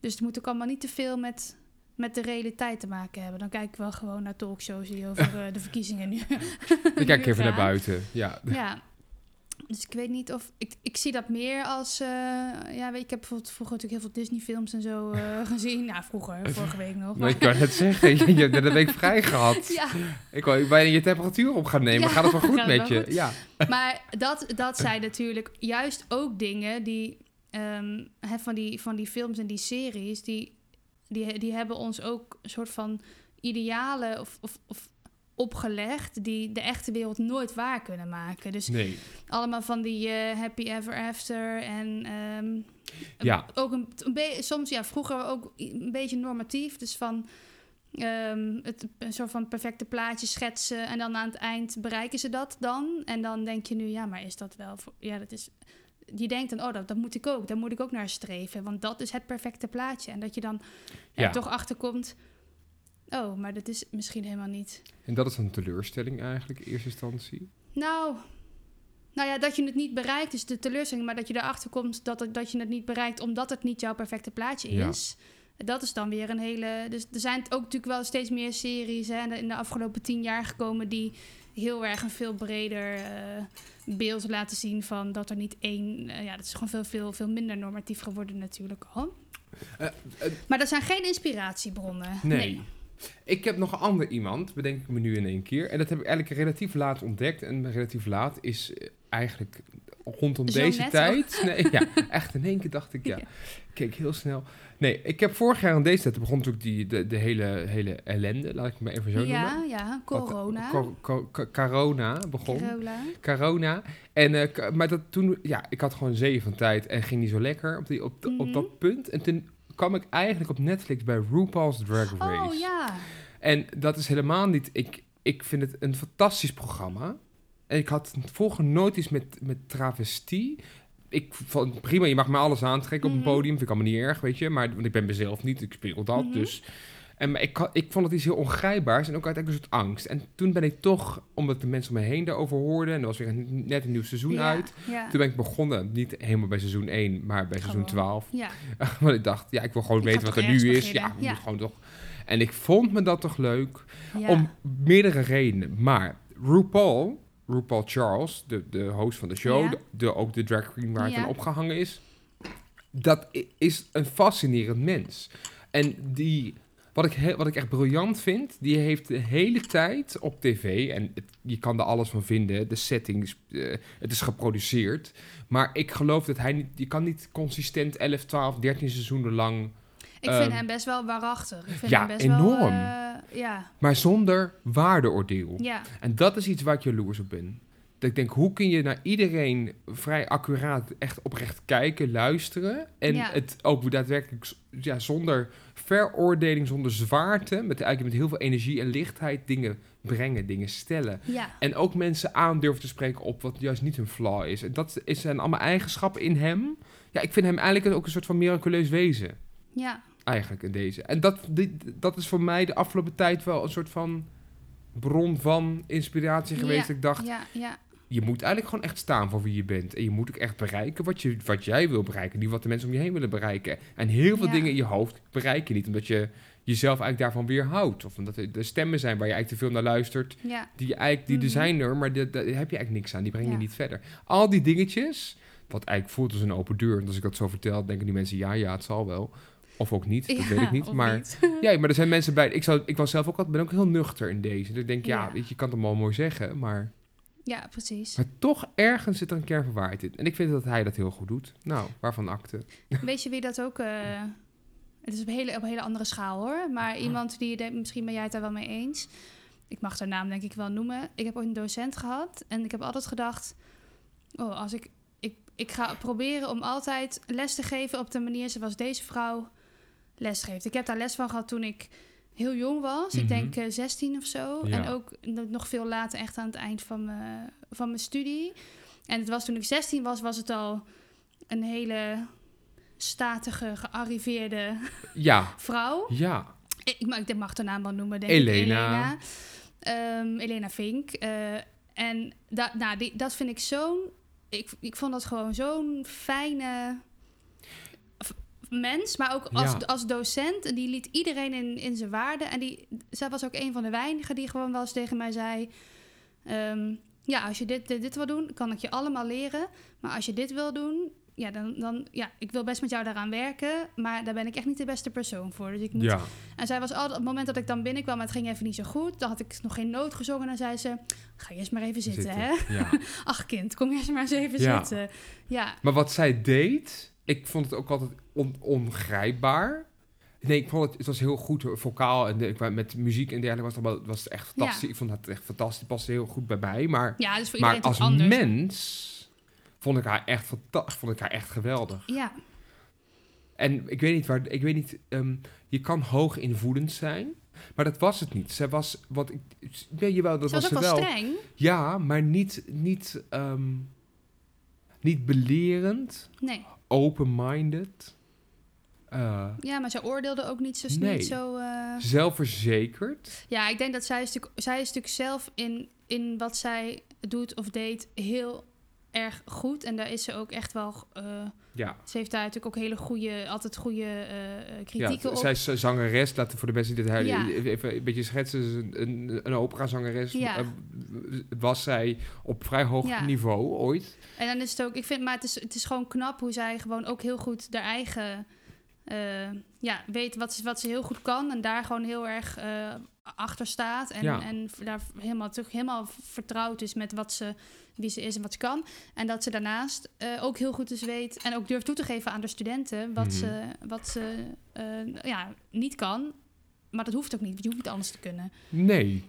[SPEAKER 2] Dus het moet ook allemaal niet te veel met, met de realiteit te maken hebben. Dan kijk ik wel gewoon naar talkshows die over eh, de verkiezingen nu.
[SPEAKER 3] Ik kijk even naar
[SPEAKER 2] gaan.
[SPEAKER 3] buiten. Ja.
[SPEAKER 2] Ja. Dus ik weet niet of... Ik, ik zie dat meer als... eh, ja, weet, je, ik heb bijvoorbeeld vroeger natuurlijk heel veel Disney-films en zo eh, gezien. Nou, vroeger, vorige week nog.
[SPEAKER 3] Maar
[SPEAKER 2] Maar,
[SPEAKER 3] ik kan het zeggen, je, je hebt net een week vrij gehad.
[SPEAKER 2] ja,
[SPEAKER 3] Ik wou bijna je temperatuur op gaan nemen.
[SPEAKER 2] Ja,
[SPEAKER 3] Gaat het wel goed
[SPEAKER 2] gaat het
[SPEAKER 3] met
[SPEAKER 2] wel
[SPEAKER 3] je?
[SPEAKER 2] goed?
[SPEAKER 3] Ja.
[SPEAKER 2] maar dat, dat zijn natuurlijk juist ook dingen die... ehm, hè, van, die van die films en die series, die, die, die hebben ons ook een soort van idealen of, of, of opgelegd... die de echte wereld nooit waar kunnen maken. Dus
[SPEAKER 3] Nee.
[SPEAKER 2] allemaal van die eh, happy ever after en ehm,
[SPEAKER 3] Ja.
[SPEAKER 2] ook een, een be- soms ja vroeger ook een beetje normatief dus van ehm, het een soort van perfecte plaatje schetsen en dan aan het eind bereiken ze dat dan en dan denk je nu ja maar is dat wel voor- ja dat is je denkt dan oh dat, dat moet ik ook daar moet ik ook naar streven want dat is het perfecte plaatje en dat je dan ja,
[SPEAKER 3] Ja.
[SPEAKER 2] toch achterkomt oh maar dat is misschien helemaal niet
[SPEAKER 3] En dat is een teleurstelling eigenlijk, in eerste instantie.
[SPEAKER 2] Nou, nou ja, dat je het niet bereikt is de teleurstelling. Maar dat je erachter komt dat, het- dat je het niet bereikt omdat het niet jouw perfecte plaatje
[SPEAKER 3] Ja.
[SPEAKER 2] is. Dat is dan weer een hele... Dus er zijn ook natuurlijk wel steeds meer series hè, in de afgelopen tien jaar gekomen... die heel erg een veel breder eh, beeld laten zien van dat er niet één... eh, ja, dat is gewoon veel, veel, veel minder normatief geworden natuurlijk al.
[SPEAKER 3] Eh, eh.
[SPEAKER 2] maar dat zijn geen inspiratiebronnen.
[SPEAKER 3] Nee. Ik heb nog een ander iemand, bedenk ik me nu in één keer. En dat heb ik eigenlijk relatief laat ontdekt. En relatief laat is eh, eigenlijk rondom
[SPEAKER 2] Zo
[SPEAKER 3] deze
[SPEAKER 2] net
[SPEAKER 3] tijd. Nee, ja, echt in één keer dacht ik, ja.
[SPEAKER 2] Ja.
[SPEAKER 3] Ik keek heel snel. Nee, ik heb vorig jaar aan deze tijd, er begon natuurlijk die, de, de hele, hele ellende, laat ik het maar even zo noemen.
[SPEAKER 2] Ja, ja,
[SPEAKER 3] Want, eh,
[SPEAKER 2] corona.
[SPEAKER 3] co- co- co- corona begon.
[SPEAKER 2] Corona.
[SPEAKER 3] corona. En, eh, k- maar dat toen, ja, ik had gewoon zeeën van tijd en ging niet zo lekker op, die, op, de- op
[SPEAKER 2] Mhm.
[SPEAKER 3] dat punt. En toen kwam ik eigenlijk op Netflix bij RuPaul's Drag Race.
[SPEAKER 2] Oh ja.
[SPEAKER 3] En dat is helemaal niet. Ik, ik vind het een fantastisch programma. En ik had vroeger nooit iets met, met travestie. ik vond prima, je mag me alles aantrekken op
[SPEAKER 2] Mhm.
[SPEAKER 3] een podium. Vind ik allemaal niet erg, weet je. Maar want ik ben mezelf niet, ik speel dat.
[SPEAKER 2] Mhm.
[SPEAKER 3] Dus. En maar ik, kan- ik vond het iets heel ongrijpbaars en ook uiteindelijk een soort angst. En toen ben ik toch, omdat de mensen om me heen daarover hoorden, en er was weer een- net een nieuw seizoen
[SPEAKER 2] ja,
[SPEAKER 3] uit.
[SPEAKER 2] Ja.
[SPEAKER 3] Toen ben ik begonnen, niet helemaal bij seizoen 1, maar bij seizoen
[SPEAKER 2] Gewoon.
[SPEAKER 3] 12.
[SPEAKER 2] ja.
[SPEAKER 3] Want ik dacht, ja, ik wil gewoon
[SPEAKER 2] Je
[SPEAKER 3] weten
[SPEAKER 2] gaat
[SPEAKER 3] wat
[SPEAKER 2] toch
[SPEAKER 3] er nu
[SPEAKER 2] ergens
[SPEAKER 3] is. Ja,
[SPEAKER 2] beginnen,
[SPEAKER 3] we
[SPEAKER 2] ja.
[SPEAKER 3] moeten gewoon toch. En ik vond me dat toch leuk.
[SPEAKER 2] ja.
[SPEAKER 3] Om meerdere redenen. Maar RuPaul, RuPaul Charles, de, de host van de show,
[SPEAKER 2] Ja.
[SPEAKER 3] de, de- ook de drag queen waar het
[SPEAKER 2] Ja.
[SPEAKER 3] aan opgehangen is. Dat i- is een fascinerend mens. En die, wat ik, he- wat ik echt briljant vind, die heeft de hele tijd op tv, en het- je kan er alles van vinden, de settings, eh, het is geproduceerd. Maar ik geloof dat hij niet, je kan niet consistent 11, 12, 13 seizoenen lang
[SPEAKER 2] ik vind
[SPEAKER 3] ehm,
[SPEAKER 2] hem best wel waarachtig. Ik vind
[SPEAKER 3] ja,
[SPEAKER 2] hem best Wel,
[SPEAKER 3] enorm.
[SPEAKER 2] eh, ja,
[SPEAKER 3] maar zonder waardeoordeel.
[SPEAKER 2] ja.
[SPEAKER 3] En dat is iets waar ik jaloers op ben. Dat ik denk, hoe kun je naar iedereen vrij accuraat, echt oprecht kijken, luisteren. En
[SPEAKER 2] Ja.
[SPEAKER 3] het ook daadwerkelijk z- ja, zonder veroordeling, zonder zwaarte. Met, eigenlijk met heel veel energie en lichtheid dingen brengen, dingen stellen.
[SPEAKER 2] ja.
[SPEAKER 3] En ook mensen aan durven te spreken op wat juist niet hun flaw is. En dat is- zijn allemaal eigenschappen in hem. Ja, ik vind hem eigenlijk ook een soort van miraculeus wezen
[SPEAKER 2] Ja,
[SPEAKER 3] eigenlijk in deze. En dat, die- dat is voor mij de afgelopen tijd wel een soort van bron van inspiratie geweest.
[SPEAKER 2] Ja,
[SPEAKER 3] Dat ik dacht,
[SPEAKER 2] ja, ja,
[SPEAKER 3] je moet eigenlijk gewoon echt staan voor wie je bent. En je moet ook echt bereiken wat, je, wat jij wil bereiken. Niet wat de mensen om je heen willen bereiken. En heel veel
[SPEAKER 2] Ja.
[SPEAKER 3] dingen in je hoofd bereik je niet. Omdat je jezelf eigenlijk daarvan weerhoudt. Of omdat er er stemmen zijn waar je eigenlijk te veel naar luistert.
[SPEAKER 2] ja,
[SPEAKER 3] Die, je eigenlijk, die
[SPEAKER 2] Mhm.
[SPEAKER 3] designer, maar dat- daar heb je eigenlijk niks aan. Die breng je
[SPEAKER 2] Ja.
[SPEAKER 3] niet verder. Al die dingetjes, wat eigenlijk voelt als een open deur. En als ik dat zo vertel, denken die mensen, ja, ja, het zal wel. Of ook niet, dat
[SPEAKER 2] Ja,
[SPEAKER 3] weet ik niet.
[SPEAKER 2] of
[SPEAKER 3] Maar ja, maar er zijn mensen bij. Ik, zou, ik was zelf ook altijd, ben ook heel nuchter in deze. Dus ik denk, ja,
[SPEAKER 2] Ja.
[SPEAKER 3] weet je, je kan het allemaal mooi zeggen. Maar,
[SPEAKER 2] Ja, precies.
[SPEAKER 3] maar toch ergens zit er een kern van waarheid in. En ik vind dat hij dat heel goed doet. Nou, waarvan akte.
[SPEAKER 2] Weet je wie dat ook... eh, het is op een hele, op een hele andere schaal hoor. Maar iemand die... je denkt, Misschien ben jij het daar wel mee eens. Ik mag haar naam denk ik wel noemen. Ik heb ooit een docent gehad. En ik heb altijd gedacht... Oh, als ik... Ik, ik ga proberen om altijd les te geven op de manier zoals deze vrouw les geeft. Ik heb daar les van gehad toen ik heel jong was. Ik
[SPEAKER 3] Mhm.
[SPEAKER 2] denk eh, 16 of zo.
[SPEAKER 3] Ja.
[SPEAKER 2] En ook n- nog veel later, echt aan het eind van mijn, van mijn studie. En het was toen ik 16 was, was het al een hele statige, gearriveerde
[SPEAKER 3] Ja,
[SPEAKER 2] vrouw.
[SPEAKER 3] ja.
[SPEAKER 2] Eh, Ik, maar ik mag de naam wel noemen, denk ik.
[SPEAKER 3] Elena.
[SPEAKER 2] Elena. Ehm, Elena Vink. Eh, en da, nou, die, dat vind ik zo'n... Ik, ik vond dat gewoon zo'n fijne v- mens. Maar ook als,
[SPEAKER 3] Ja.
[SPEAKER 2] als docent. En Die liet iedereen in, in zijn waarde. En die, zij was ook een van de weinigen die gewoon wel eens tegen mij zei... ehm, ja, als je dit, dit, dit wil doen, kan ik je allemaal leren. Maar als je dit wil doen... Ja, dan, dan, ja, ik wil best met jou daaraan werken, maar daar ben ik echt niet de beste persoon voor. Dus ik moet
[SPEAKER 3] Ja.
[SPEAKER 2] en zij was altijd, op het moment dat ik dan binnenkwam, maar het ging even niet zo goed. Dan had ik nog geen noot gezongen. Dan zei ze, ga je eens maar even zitten, hè?
[SPEAKER 3] Ja.
[SPEAKER 2] Ach kind, kom eerst maar eens even
[SPEAKER 3] Ja.
[SPEAKER 2] zitten. Ja,
[SPEAKER 3] Maar wat zij deed, ik vond het ook altijd on- ongrijpbaar. Nee, ik vond het, het was heel goed eh, vocaal en de- ik wou- met muziek en dergelijke was het, allemaal, was het echt fantastisch.
[SPEAKER 2] Ja.
[SPEAKER 3] Ik vond het echt fantastisch, het paste heel goed bij mij. Maar,
[SPEAKER 2] ja dus voor
[SPEAKER 3] maar
[SPEAKER 2] iedereen
[SPEAKER 3] als
[SPEAKER 2] toch anders.
[SPEAKER 3] mens vond ik, haar echt fanta- vond ik haar echt geweldig.
[SPEAKER 2] Ja,
[SPEAKER 3] En ik weet niet waar, ik weet niet, ehm, je kan hoog invoelend zijn, maar dat was het niet. Zij was, wat ik, weet je wel, dat
[SPEAKER 2] ze was
[SPEAKER 3] was
[SPEAKER 2] ook
[SPEAKER 3] ze
[SPEAKER 2] wel,
[SPEAKER 3] wel.
[SPEAKER 2] streng.
[SPEAKER 3] Ja, maar niet, niet, ehm, niet belerend
[SPEAKER 2] Nee,
[SPEAKER 3] open-minded, eh,
[SPEAKER 2] ja, maar ze oordeelde ook niet zo...
[SPEAKER 3] Nee.
[SPEAKER 2] Niet zo eh,
[SPEAKER 3] zelfverzekerd.
[SPEAKER 2] Ja, ik denk dat zij is natuurlijk, zij is natuurlijk zelf in, in wat zij doet of deed heel erg goed. En daar is ze ook echt wel... eh,
[SPEAKER 3] Ja.
[SPEAKER 2] ze heeft daar natuurlijk ook hele goede, altijd goede eh, eh,
[SPEAKER 3] Ja,
[SPEAKER 2] kritieken op.
[SPEAKER 3] zij is eh, zangeres, laten we voor de mensen die dit
[SPEAKER 2] Ja.
[SPEAKER 3] huilen, even een beetje schetsen. Ze is Een, een, een operazangeres
[SPEAKER 2] Ja.
[SPEAKER 3] eh, was zij op vrij hoog
[SPEAKER 2] Ja.
[SPEAKER 3] niveau ooit.
[SPEAKER 2] En dan is het ook, ik vind, maar het is, het is gewoon knap hoe zij gewoon ook heel goed haar eigen, eh, ja, weet wat ze, wat ze heel goed kan en daar gewoon heel erg eh, achter staat en,
[SPEAKER 3] Ja.
[SPEAKER 2] en daar helemaal terug, helemaal vertrouwd is met wat ze, wie ze is en wat ze kan. En dat ze daarnaast eh, ook heel goed dus weet en ook durft toe te geven aan de studenten wat
[SPEAKER 3] Mhm.
[SPEAKER 2] ze, wat ze eh, ja, niet kan. Maar dat hoeft ook niet, want je hoeft niet anders te kunnen.
[SPEAKER 3] Nee.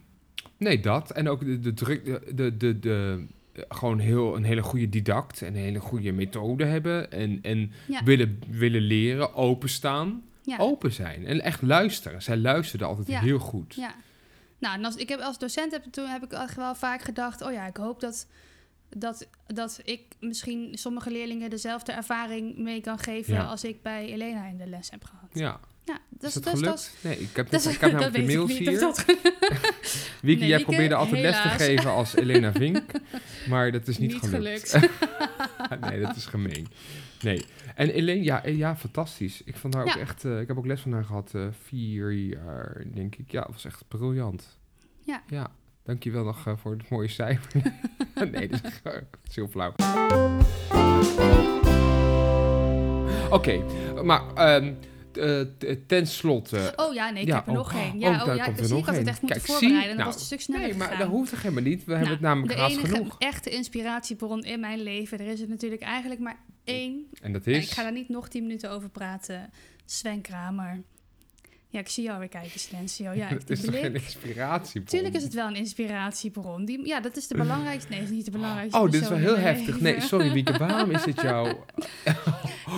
[SPEAKER 3] Nee, dat. En ook de, de druk, de, de, de, de- gewoon heel, een hele goede didact en een hele goede methode hebben. En, en
[SPEAKER 2] Ja.
[SPEAKER 3] willen, willen leren, openstaan,
[SPEAKER 2] Ja.
[SPEAKER 3] open zijn. En echt luisteren. Zij luisterde altijd
[SPEAKER 2] Ja.
[SPEAKER 3] heel goed.
[SPEAKER 2] Ja. Nou, en als, ik heb, als docent heb, toen heb ik echt wel vaak gedacht... oh ja, ik hoop dat dat, dat ik misschien sommige leerlingen dezelfde ervaring mee kan geven
[SPEAKER 3] Ja.
[SPEAKER 2] als ik bij Elena in de les heb gehad.
[SPEAKER 3] Ja,
[SPEAKER 2] Ja, dat
[SPEAKER 3] is dat
[SPEAKER 2] dus
[SPEAKER 3] gelukt?
[SPEAKER 2] dat is-
[SPEAKER 3] nee, ik heb,
[SPEAKER 2] dat is-
[SPEAKER 3] ik heb
[SPEAKER 2] dat
[SPEAKER 3] namelijk de
[SPEAKER 2] weet ik
[SPEAKER 3] mails
[SPEAKER 2] niet of
[SPEAKER 3] hier.
[SPEAKER 2] dat
[SPEAKER 3] Wiki,
[SPEAKER 2] Nee,
[SPEAKER 3] jij
[SPEAKER 2] Wieke,
[SPEAKER 3] probeerde altijd les te
[SPEAKER 2] helaas.
[SPEAKER 3] geven als Elena Vink, maar dat is niet,
[SPEAKER 2] Niet
[SPEAKER 3] gelukt. Ah, nee, dat is gemeen. Nee. En Elena, ja, eh, ja fantastisch. Ik, vond haar ook
[SPEAKER 2] Ja.
[SPEAKER 3] echt, eh, ik heb ook les van haar gehad, eh, vier jaar, denk ik. Ja, het was echt briljant.
[SPEAKER 2] Ja.
[SPEAKER 3] Ja, dankjewel nog eh, voor het mooie cijfer. nee, dat is, dat is heel flauw. Oké, maar ehm, t- eh, t- ten slotte,
[SPEAKER 2] Oh ja, nee, ik
[SPEAKER 3] Ja,
[SPEAKER 2] heb er
[SPEAKER 3] oh,
[SPEAKER 2] nog
[SPEAKER 3] oh,
[SPEAKER 2] één. Ja,
[SPEAKER 3] daar
[SPEAKER 2] oh, ja,
[SPEAKER 3] komt er
[SPEAKER 2] dus
[SPEAKER 3] nog
[SPEAKER 2] ik had het
[SPEAKER 3] één.
[SPEAKER 2] echt moeten
[SPEAKER 3] Kijk, zie,
[SPEAKER 2] voorbereiden. en
[SPEAKER 3] nou,
[SPEAKER 2] dat was het een stuk sneller
[SPEAKER 3] Nee, maar
[SPEAKER 2] gegaan.
[SPEAKER 3] dat hoeft toch helemaal niet? We hebben het
[SPEAKER 2] Nou,
[SPEAKER 3] namelijk haast
[SPEAKER 2] De enige
[SPEAKER 3] genoeg.
[SPEAKER 2] echte inspiratiebron in mijn leven. Er is het natuurlijk eigenlijk maar één.
[SPEAKER 3] En dat
[SPEAKER 2] Ja,
[SPEAKER 3] is...
[SPEAKER 2] ik ga daar niet nog tien minuten over praten. Sven Kramer. Ja, ik zie jou weer kijken, Silencio. Ja, ik
[SPEAKER 3] dat is
[SPEAKER 2] de
[SPEAKER 3] toch geen
[SPEAKER 2] blik.
[SPEAKER 3] inspiratie?
[SPEAKER 2] Tuurlijk is het wel een inspiratiebron. Die, ja, dat is de belangrijkste. Nee, dat is niet de belangrijkste.
[SPEAKER 3] Oh, dit is wel
[SPEAKER 2] persoon
[SPEAKER 3] heel
[SPEAKER 2] in mijn
[SPEAKER 3] heftig.
[SPEAKER 2] leven.
[SPEAKER 3] Nee, sorry Wieke, waarom is het jou...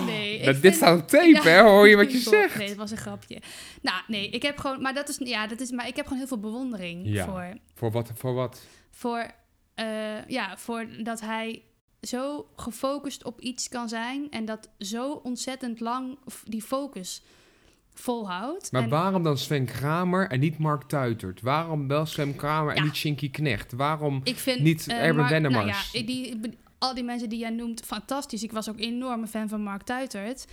[SPEAKER 2] Nee, ik
[SPEAKER 3] dat, Oh, dit
[SPEAKER 2] vind-
[SPEAKER 3] staat op tape,
[SPEAKER 2] Ja.
[SPEAKER 3] hè? Hoor je wat je
[SPEAKER 2] Klopt.
[SPEAKER 3] zegt?
[SPEAKER 2] Nee, het was een grapje. Nou, nee, ik heb gewoon... Maar, dat is, ja, dat is, maar ik heb gewoon heel veel bewondering
[SPEAKER 3] Ja.
[SPEAKER 2] voor
[SPEAKER 3] Voor wat? Voor wat?
[SPEAKER 2] voor, eh, ja, voor dat hij zo gefocust op iets kan zijn en dat zo ontzettend lang f- die focus volhoudt.
[SPEAKER 3] Maar
[SPEAKER 2] en,
[SPEAKER 3] waarom dan Sven Kramer en niet Mark Tuitert? Waarom wel Sven Kramer en
[SPEAKER 2] Ja.
[SPEAKER 3] niet Shinky Knecht? Waarom...
[SPEAKER 2] ik vind
[SPEAKER 3] niet
[SPEAKER 2] eh,
[SPEAKER 3] Erben
[SPEAKER 2] Mark-
[SPEAKER 3] Wennemars?
[SPEAKER 2] Nou ja, die, be- al die mensen die jij noemt, fantastisch. Ik was ook een enorme fan van Mark Tuitert,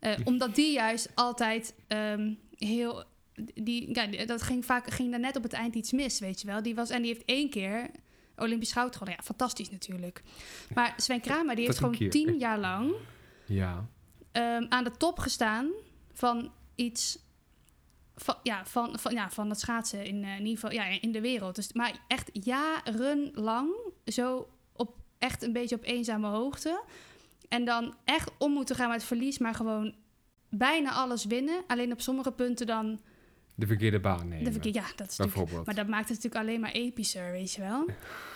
[SPEAKER 2] eh,
[SPEAKER 3] Hm.
[SPEAKER 2] omdat die juist altijd ehm, heel die, ja, die- dat ging vaak ging daar net op het eind iets mis, weet je wel. Die was en die heeft één keer Olympisch goud gewonnen. Ja, fantastisch natuurlijk. Maar Sven Kramer die heeft
[SPEAKER 3] Dat een
[SPEAKER 2] gewoon
[SPEAKER 3] keer.
[SPEAKER 2] tien jaar lang
[SPEAKER 3] Ja.
[SPEAKER 2] ehm, aan de top gestaan van iets. Van, ja, van, van, ja, van het schaatsen in, eh, in ieder geval ja, in de wereld. Dus, maar echt jarenlang zo op echt een beetje op eenzame hoogte. En dan echt om moeten gaan met verlies, maar gewoon bijna alles winnen. Alleen op sommige punten dan.
[SPEAKER 3] De verkeerde baan nemen.
[SPEAKER 2] de verkeer- ja, dat is natuurlijk-
[SPEAKER 3] Bijvoorbeeld.
[SPEAKER 2] Maar dat maakt het natuurlijk alleen maar epischer, weet je wel.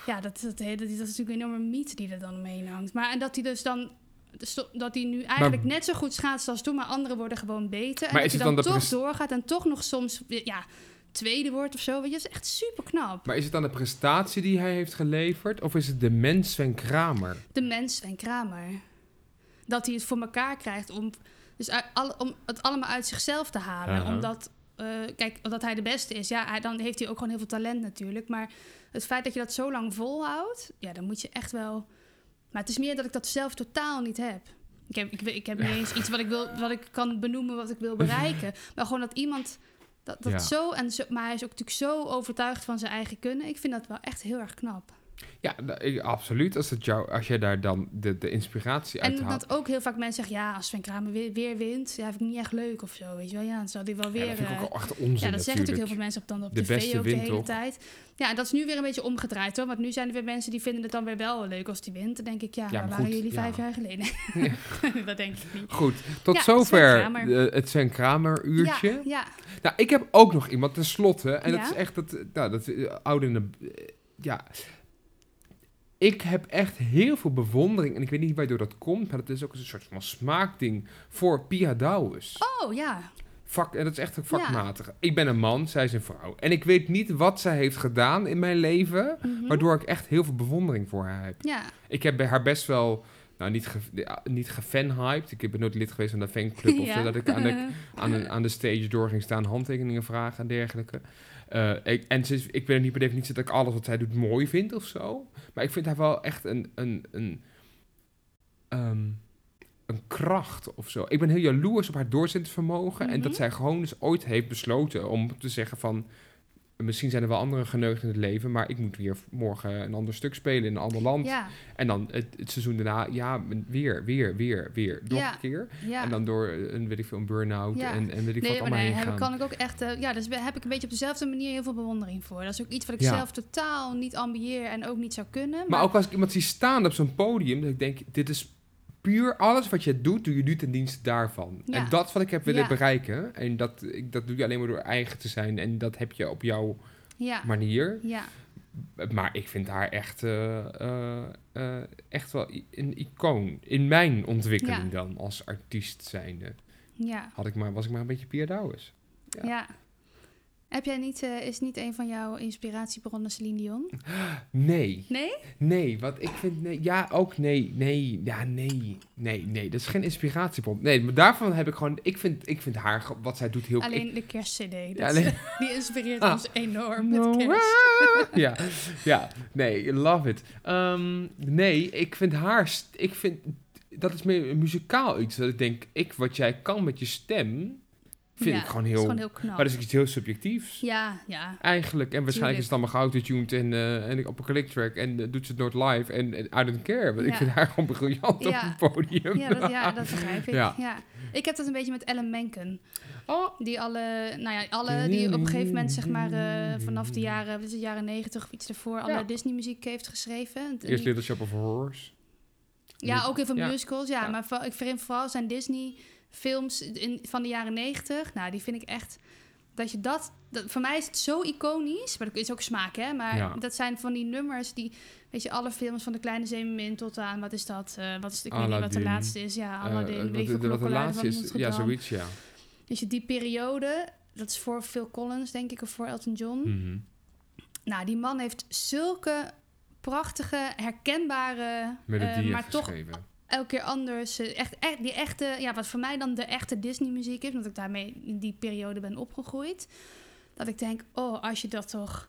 [SPEAKER 2] Ja, dat, dat, hele- dat, is natuurlijk een enorme mythe die er dan omheen hangt. Maar en dat hij dus dan... dus to- Dat hij nu eigenlijk net zo goed schaatst als toen, maar anderen worden gewoon beter. En
[SPEAKER 3] Maar
[SPEAKER 2] dat
[SPEAKER 3] is
[SPEAKER 2] hij
[SPEAKER 3] het
[SPEAKER 2] dan,
[SPEAKER 3] dan de
[SPEAKER 2] toch doorgaat en toch nog soms weer, ja, tweede wordt of zo. Weet je, dat is echt super knap.
[SPEAKER 3] Maar is het dan de prestatie die hij heeft geleverd? Of is het de mens Sven Kramer?
[SPEAKER 2] De mens Sven Kramer. Dat hij het voor elkaar krijgt om, dus uit- alle- om het allemaal uit zichzelf te halen.
[SPEAKER 3] Aha.
[SPEAKER 2] Omdat, eh, kijk, omdat hij de beste is. Ja, hij, dan heeft hij ook gewoon heel veel talent natuurlijk. Maar het feit dat je dat zo lang volhoudt, ja, dan moet je echt wel... Maar het is meer dat ik dat zelf totaal niet heb. Ik heb, ik, we- ik heb niet eens iets wat ik, wil, wat ik kan benoemen, wat ik wil bereiken. Maar gewoon dat iemand dat, dat
[SPEAKER 3] Ja.
[SPEAKER 2] zo, en zo... Maar hij is ook natuurlijk zo overtuigd van zijn eigen kunnen. Ik vind dat wel echt heel erg knap.
[SPEAKER 3] Ja, nou, ik- absoluut. Als, het jou, als jij daar dan de, de inspiratie uit
[SPEAKER 2] En
[SPEAKER 3] haalt.
[SPEAKER 2] dat ook heel vaak mensen zeggen, ja, als Sven Kramer weer, weer wint, ja, vind ik niet echt leuk of zo, weet je wel. Ja, dan zal hij wel weer...
[SPEAKER 3] ja, dat vind ik
[SPEAKER 2] eh,
[SPEAKER 3] ook echt onzin
[SPEAKER 2] ja, dat zeggen natuurlijk heel
[SPEAKER 3] natuurlijk.
[SPEAKER 2] veel mensen op, dan op
[SPEAKER 3] De
[SPEAKER 2] tv
[SPEAKER 3] beste
[SPEAKER 2] ook de
[SPEAKER 3] wint
[SPEAKER 2] hele
[SPEAKER 3] toch?
[SPEAKER 2] tijd. Ja, en dat is nu weer een beetje omgedraaid hoor, want nu zijn er weer mensen die vinden het dan weer wel leuk als die wint. Dan denk ik, ja,
[SPEAKER 3] maar
[SPEAKER 2] waar waren
[SPEAKER 3] goed,
[SPEAKER 2] jullie
[SPEAKER 3] ja.
[SPEAKER 2] vijf jaar geleden? dat denk ik niet.
[SPEAKER 3] Goed, tot
[SPEAKER 2] Ja,
[SPEAKER 3] zover
[SPEAKER 2] Sven Kramer.
[SPEAKER 3] eh, het Sven Kramer uurtje.
[SPEAKER 2] Ja, ja.
[SPEAKER 3] Nou, ik heb ook nog iemand tenslotte. En
[SPEAKER 2] Ja?
[SPEAKER 3] dat is echt dat, eh, nou, dat eh, oude... in de- eh, ja. Ik heb echt heel veel bewondering. En ik weet niet waardoor dat komt. Maar dat is ook een soort van smaakding voor Pia Douwes.
[SPEAKER 2] Oh ja,
[SPEAKER 3] Vak, en dat is echt een vakmatig. Ik ben een man, zij is een vrouw. En ik weet niet wat zij heeft gedaan in mijn leven.
[SPEAKER 2] Mhm.
[SPEAKER 3] Waardoor ik echt heel veel bewondering voor haar heb.
[SPEAKER 2] ja.
[SPEAKER 3] Ik heb bij haar best wel... Nou, niet, ge, ja, niet gefanhyped. Ik ben nooit lid geweest van de fanclub. Of
[SPEAKER 2] Ja.
[SPEAKER 3] zo, dat ik aan de aan de, aan de stage door ging staan, handtekeningen vragen en dergelijke. Eh, ik, en ze is- ik ben er niet per definitie dat ik alles wat zij doet mooi vind of zo. Maar ik vind haar wel echt een, een, een, ehm, een kracht of zo. Ik ben heel jaloers op haar doorzettingsvermogen. En dat
[SPEAKER 2] Mhm.
[SPEAKER 3] zij gewoon dus ooit heeft besloten om te zeggen van... Misschien zijn er wel andere geneugten in het leven, maar ik moet weer morgen een ander stuk spelen in een ander land.
[SPEAKER 2] ja,
[SPEAKER 3] En dan het, het seizoen daarna, ja, weer, weer, weer, weer, nog
[SPEAKER 2] Ja.
[SPEAKER 3] een keer.
[SPEAKER 2] ja.
[SPEAKER 3] En dan door eh, een, weet ik veel, een burn-out
[SPEAKER 2] Ja.
[SPEAKER 3] en, en weet ik wat
[SPEAKER 2] maar
[SPEAKER 3] allemaal heen
[SPEAKER 2] heb-
[SPEAKER 3] gaan.
[SPEAKER 2] kan ik ook echt. eh, ja, dus heb ik een beetje op dezelfde manier heel veel bewondering voor. Dat is ook iets wat ik
[SPEAKER 3] Ja.
[SPEAKER 2] zelf totaal niet ambieer en ook niet zou kunnen. Maar,
[SPEAKER 3] Maar ook als ik iemand zie staan op zo'n podium, dat ik denk, dit is puur alles wat je doet, doe je nu ten dienste daarvan.
[SPEAKER 2] Ja.
[SPEAKER 3] En dat wat ik heb willen
[SPEAKER 2] Ja.
[SPEAKER 3] bereiken, en dat, ik, dat doe je alleen maar door eigen te zijn. En dat heb je op jouw
[SPEAKER 2] ja,
[SPEAKER 3] manier.
[SPEAKER 2] ja,
[SPEAKER 3] Maar ik vind haar echt, eh, eh, eh, echt wel i- een icoon. In mijn ontwikkeling
[SPEAKER 2] Ja.
[SPEAKER 3] dan, als artiest zijnde.
[SPEAKER 2] ja,
[SPEAKER 3] Had ik maar, was ik maar een beetje Pia Douwes.
[SPEAKER 2] ja. Heb jij niet, eh, is niet een van jouw inspiratiebronnen Celine Dion?
[SPEAKER 3] Nee,
[SPEAKER 2] Nee?
[SPEAKER 3] nee, wat ik vind, nee, ja, ook nee, nee, ja, nee, nee, nee, dat is geen inspiratiebron. Nee, maar daarvan heb ik gewoon, ik vind, ik vind haar, ge- wat zij doet heel... ik-
[SPEAKER 2] Alleen de kerstcd.
[SPEAKER 3] ja,
[SPEAKER 2] Dat-
[SPEAKER 3] alleen-
[SPEAKER 2] Die inspireert
[SPEAKER 3] Ah.
[SPEAKER 2] ons enorm met
[SPEAKER 3] No,
[SPEAKER 2] kerst.
[SPEAKER 3] ah, ja, ja, nee, love it. Ehm, nee, ik vind haar, st- ik vind, dat is meer muzikaal iets. Dat ik denk, ik, wat jij kan met je stem, vind
[SPEAKER 2] Ja,
[SPEAKER 3] ik gewoon
[SPEAKER 2] Dat is
[SPEAKER 3] heel,
[SPEAKER 2] gewoon heel knap.
[SPEAKER 3] maar dat is iets heel subjectiefs.
[SPEAKER 2] Ja, ja.
[SPEAKER 3] Eigenlijk, en waarschijnlijk is het allemaal geautotuned en, eh, en ik op een clicktrack en eh, doet ze het nooit live en, en I don't care. Want ik
[SPEAKER 2] Ja.
[SPEAKER 3] vind haar gewoon briljant
[SPEAKER 2] Ja.
[SPEAKER 3] op het podium.
[SPEAKER 2] Ja dat, ja, dat begrijp ik.
[SPEAKER 3] Ja.
[SPEAKER 2] Ja. Ik heb dat een beetje met Ellen Menken.
[SPEAKER 3] Oh.
[SPEAKER 2] Die alle, nou ja, alle die op een gegeven moment, zeg maar, eh, vanaf de jaren, wat is het, jaren negentig of iets daarvoor, alle
[SPEAKER 3] Ja.
[SPEAKER 2] Disney-muziek heeft geschreven. En
[SPEAKER 3] Eerst
[SPEAKER 2] die-
[SPEAKER 3] Little Shop of Horrors.
[SPEAKER 2] ja, ook in van
[SPEAKER 3] Ja.
[SPEAKER 2] musicals, ja.
[SPEAKER 3] Ja.
[SPEAKER 2] Maar vooral- ik vind vooral zijn Disney-films in- van de jaren negentig, nou, die vind ik echt, dat je dat, dat, voor mij is het zo iconisch, maar dat is ook smaak, hè. Maar
[SPEAKER 3] Ja.
[SPEAKER 2] dat zijn van die nummers die, weet je, alle films van De Kleine Zeemermin tot aan, wat is dat, eh, wat is, het- ik weet niet wat
[SPEAKER 3] Aladdin.
[SPEAKER 2] de laatste is, ja,
[SPEAKER 3] Eh,
[SPEAKER 2] Aladdin,
[SPEAKER 3] wat
[SPEAKER 2] weet ik
[SPEAKER 3] de-
[SPEAKER 2] veel,
[SPEAKER 3] wat de
[SPEAKER 2] Klokkenluider
[SPEAKER 3] laatste
[SPEAKER 2] nou, van
[SPEAKER 3] is, ja,
[SPEAKER 2] Notre-Dame.
[SPEAKER 3] zoiets, ja.
[SPEAKER 2] Dus je die periode, dat is voor Phil Collins, denk ik, of voor Elton John.
[SPEAKER 3] Mhm.
[SPEAKER 2] Nou, die man heeft zulke prachtige, herkenbare, eh,
[SPEAKER 3] Melodieën
[SPEAKER 2] maar toch
[SPEAKER 3] geschreven.
[SPEAKER 2] elke keer anders. eh, Echt, echt, die echte, ja, wat voor mij dan de echte Disney-muziek is, omdat ik daarmee in die periode ben opgegroeid. Dat ik denk, oh, als je dat toch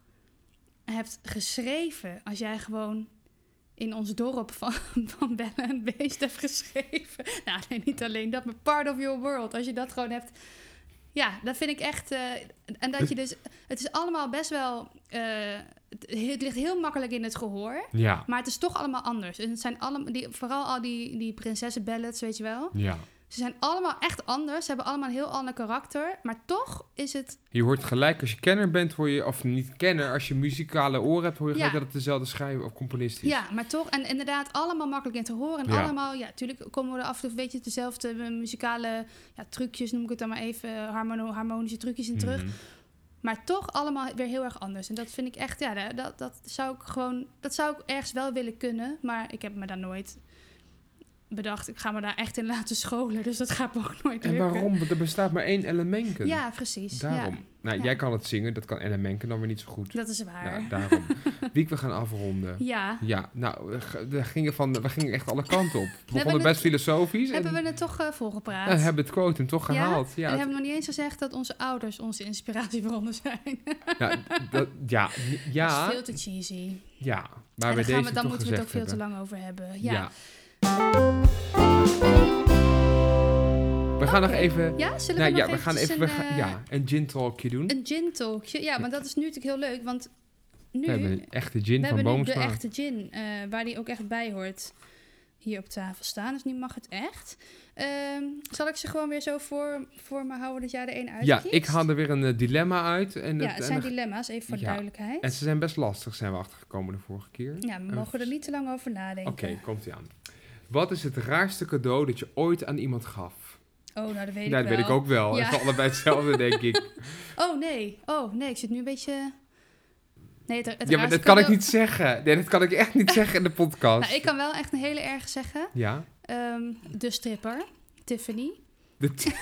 [SPEAKER 2] hebt geschreven, als jij gewoon in ons dorp van, van Belle en Beest hebt geschreven. Nou, nee, niet alleen dat, maar part of your world. Als je dat gewoon hebt. Ja, dat vind ik echt. eh, en dat je dus. Het is allemaal best wel. eh, het, het ligt heel makkelijk in het gehoor.
[SPEAKER 3] Ja,
[SPEAKER 2] Maar het is toch allemaal anders. En het zijn allemaal, die, vooral al die, die prinsessenballads, weet je wel.
[SPEAKER 3] ja.
[SPEAKER 2] Ze zijn allemaal echt anders. Ze hebben allemaal een heel ander karakter. Maar toch is het...
[SPEAKER 3] Je hoort gelijk als je kenner bent, hoor je, of niet kenner, als je muzikale oren hebt, hoor je
[SPEAKER 2] Ja.
[SPEAKER 3] gelijk dat het dezelfde schrijver of componist is.
[SPEAKER 2] Ja, maar toch. En inderdaad, allemaal makkelijk in te horen. En
[SPEAKER 3] Ja.
[SPEAKER 2] allemaal, ja, natuurlijk komen we er af en toe, weet je, dezelfde eh, muzikale ja, trucjes, noem ik het dan maar even, eh, harmono- harmonische trucjes in terug.
[SPEAKER 3] Mhm.
[SPEAKER 2] Maar toch allemaal weer heel erg anders. En dat vind ik echt, ja, da- dat, dat zou ik gewoon, dat zou ik ergens wel willen kunnen. Maar ik heb me daar nooit bedacht, ik ga me daar echt in laten scholen. Dus dat gaat me ook nooit
[SPEAKER 3] En
[SPEAKER 2] lukken.
[SPEAKER 3] waarom? Want er bestaat maar één elementen.
[SPEAKER 2] Ja, precies.
[SPEAKER 3] Daarom.
[SPEAKER 2] Ja,
[SPEAKER 3] Nou,
[SPEAKER 2] Ja.
[SPEAKER 3] jij kan het zingen, dat kan elementen dan weer niet zo goed.
[SPEAKER 2] dat is waar.
[SPEAKER 3] Ja,
[SPEAKER 2] Ja.
[SPEAKER 3] daarom. Wiek, we gaan afronden. Ja, nou, we g- we gingen, van, we gingen echt alle kanten op. We
[SPEAKER 2] hebben
[SPEAKER 3] begonnen
[SPEAKER 2] het-
[SPEAKER 3] best filosofisch.
[SPEAKER 2] Hebben
[SPEAKER 3] en,
[SPEAKER 2] we het toch eh,
[SPEAKER 3] en
[SPEAKER 2] volgepraat?
[SPEAKER 3] hebben het quotum toch
[SPEAKER 2] Ja?
[SPEAKER 3] gehaald. Ja,
[SPEAKER 2] en
[SPEAKER 3] het-
[SPEAKER 2] hebben we nog niet eens gezegd dat onze ouders onze inspiratiebronnen zijn.
[SPEAKER 3] nou, dat- ja,
[SPEAKER 2] Dat is
[SPEAKER 3] ja,
[SPEAKER 2] veel te cheesy.
[SPEAKER 3] ja. Maar
[SPEAKER 2] en dan, gaan
[SPEAKER 3] bij deze
[SPEAKER 2] we, dan
[SPEAKER 3] toch
[SPEAKER 2] moeten we het ook
[SPEAKER 3] gezegd
[SPEAKER 2] veel te
[SPEAKER 3] hebben.
[SPEAKER 2] lang over hebben. Ja, ja.
[SPEAKER 3] Ja. We gaan nog
[SPEAKER 2] Oké.
[SPEAKER 3] even...
[SPEAKER 2] zullen we
[SPEAKER 3] Nou
[SPEAKER 2] nog
[SPEAKER 3] ja, we gaan
[SPEAKER 2] eventjes
[SPEAKER 3] even we
[SPEAKER 2] een,
[SPEAKER 3] gaan,
[SPEAKER 2] eh,
[SPEAKER 3] ja, een gin talkje doen.
[SPEAKER 2] een gin talkje. Ja, want dat is nu natuurlijk heel leuk, want nu...
[SPEAKER 3] we hebben een echte gin
[SPEAKER 2] We
[SPEAKER 3] van
[SPEAKER 2] hebben nu de
[SPEAKER 3] Boomsma.
[SPEAKER 2] echte gin, eh, waar die ook echt bij hoort, hier op tafel staan. Dus nu mag het echt. Ehm, zal ik ze gewoon weer zo voor, voor me houden dat jij er één
[SPEAKER 3] Ja,
[SPEAKER 2] uitkiest?
[SPEAKER 3] ik haal er weer een eh, dilemma uit. En,
[SPEAKER 2] Ja,
[SPEAKER 3] het-
[SPEAKER 2] het
[SPEAKER 3] en,
[SPEAKER 2] zijn
[SPEAKER 3] de-
[SPEAKER 2] dilemma's, even voor
[SPEAKER 3] Ja.
[SPEAKER 2] duidelijkheid.
[SPEAKER 3] en ze zijn best lastig, zijn we achtergekomen de vorige keer.
[SPEAKER 2] ja, we
[SPEAKER 3] en-
[SPEAKER 2] mogen er niet te lang over nadenken.
[SPEAKER 3] Oké, komt ie aan. Wat is het raarste cadeau dat je ooit aan iemand gaf?
[SPEAKER 2] Oh, nou, dat weet
[SPEAKER 3] Ja,
[SPEAKER 2] ik
[SPEAKER 3] dat
[SPEAKER 2] wel.
[SPEAKER 3] weet ik ook wel. Het
[SPEAKER 2] Ja.
[SPEAKER 3] is allebei hetzelfde, denk ik.
[SPEAKER 2] Oh, nee. Oh, nee, ik zit nu een beetje... Nee, het, het
[SPEAKER 3] ja, maar
[SPEAKER 2] raarste
[SPEAKER 3] dat kan ik
[SPEAKER 2] cadeau-
[SPEAKER 3] niet zeggen. Nee, dat kan ik echt niet zeggen in de podcast.
[SPEAKER 2] Nou, ik kan wel echt een hele erg zeggen.
[SPEAKER 3] Ja?
[SPEAKER 2] Ehm, de stripper, Tiffany.
[SPEAKER 3] De t-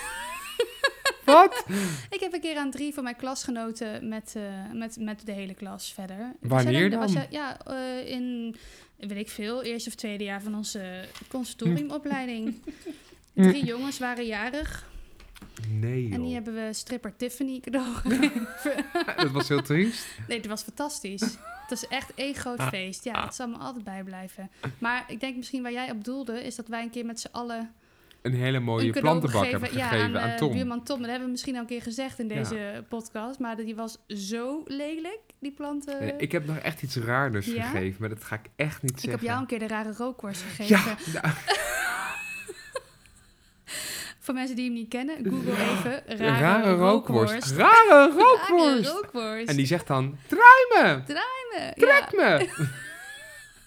[SPEAKER 3] Wat?
[SPEAKER 2] Ik heb een keer aan drie van mijn klasgenoten met, eh, met, met de hele klas verder.
[SPEAKER 3] Wanneer
[SPEAKER 2] Zij
[SPEAKER 3] dan?
[SPEAKER 2] was jij- ja, eh, in, weet ik veel, eerste of tweede jaar van onze conservatoriumopleiding. Drie jongens waren jarig
[SPEAKER 3] Nee, joh.
[SPEAKER 2] en die hebben we stripper Tiffany cadeau gegeven.
[SPEAKER 3] Dat was heel triest.
[SPEAKER 2] Nee, dat was fantastisch. Het was echt één groot
[SPEAKER 3] Ah.
[SPEAKER 2] feest. Ja, dat zal me altijd bijblijven. Maar ik denk misschien waar jij op doelde, is dat wij een keer met z'n allen
[SPEAKER 3] Een hele mooie
[SPEAKER 2] een cadeau
[SPEAKER 3] plantenbak Oh, hebben
[SPEAKER 2] ja,
[SPEAKER 3] gegeven aan,
[SPEAKER 2] eh,
[SPEAKER 3] Tom.
[SPEAKER 2] buurman Tom. Dat hebben we misschien al een keer gezegd in deze podcast. Maar die was zo lelijk, die planten.
[SPEAKER 3] Nee,
[SPEAKER 2] ik,
[SPEAKER 3] ik heb nog echt iets raarders
[SPEAKER 2] eh. ja?
[SPEAKER 3] gegeven, maar dat ga ik echt niet zeggen.
[SPEAKER 2] heb jou een keer de rare rookworst gegeven.
[SPEAKER 3] Ja, nou,
[SPEAKER 2] Voor mensen die hem niet kennen, google even.
[SPEAKER 3] een
[SPEAKER 2] Rare,
[SPEAKER 3] rare
[SPEAKER 2] rookworst.
[SPEAKER 3] rookworst. Rare
[SPEAKER 2] Rare
[SPEAKER 3] rookworst!
[SPEAKER 2] rookworst.
[SPEAKER 3] En die zegt dan, draai me!
[SPEAKER 2] Ja,
[SPEAKER 3] Trek
[SPEAKER 2] ja.
[SPEAKER 3] me!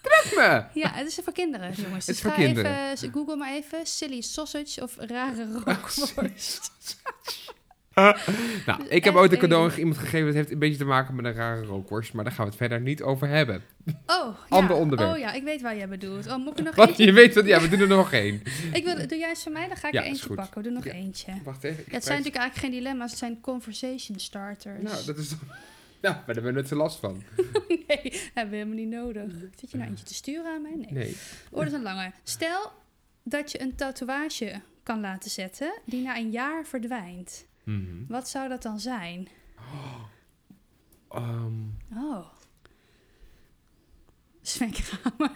[SPEAKER 3] Trek me!
[SPEAKER 2] Ja, het is voor kinderen, jongens.
[SPEAKER 3] Het
[SPEAKER 2] Dus
[SPEAKER 3] is voor
[SPEAKER 2] ga
[SPEAKER 3] kinderen.
[SPEAKER 2] Even, google maar even silly sausage of rare rookworst.
[SPEAKER 3] nou, ik heb
[SPEAKER 2] Echt
[SPEAKER 3] ooit een cadeau
[SPEAKER 2] even.
[SPEAKER 3] aan iemand gegeven. Dat heeft een beetje te maken met een rare rookworst. Maar daar gaan we het verder niet over hebben.
[SPEAKER 2] Oh,
[SPEAKER 3] Ander
[SPEAKER 2] ja.
[SPEAKER 3] onderwerp.
[SPEAKER 2] Oh ja, ik weet waar jij bedoelt. Oh, moet ik er nog
[SPEAKER 3] Want
[SPEAKER 2] eentje?
[SPEAKER 3] je weet wat, ja, we doen er nog één.
[SPEAKER 2] Ik wil, doe jij eens van mij, dan ga ik
[SPEAKER 3] Ja,
[SPEAKER 2] er
[SPEAKER 3] is
[SPEAKER 2] eentje
[SPEAKER 3] goed.
[SPEAKER 2] pakken. Doe nog
[SPEAKER 3] Ja.
[SPEAKER 2] eentje.
[SPEAKER 3] Wacht even. ik
[SPEAKER 2] Ja, het zijn natuurlijk eigenlijk geen dilemma's, het zijn conversation starters.
[SPEAKER 3] Nou, dat is. Nou, maar daar hebben we net zo last van.
[SPEAKER 2] Nee, hebben we helemaal niet nodig. Zit je nou eentje te sturen aan mij? Nee.
[SPEAKER 3] Nee.
[SPEAKER 2] Oh, dat is een lange. Stel dat je een tatoeage kan laten zetten die na een jaar verdwijnt.
[SPEAKER 3] Mhm.
[SPEAKER 2] Wat zou dat dan zijn?
[SPEAKER 3] Ehm,
[SPEAKER 2] Oh. Sven Kramer.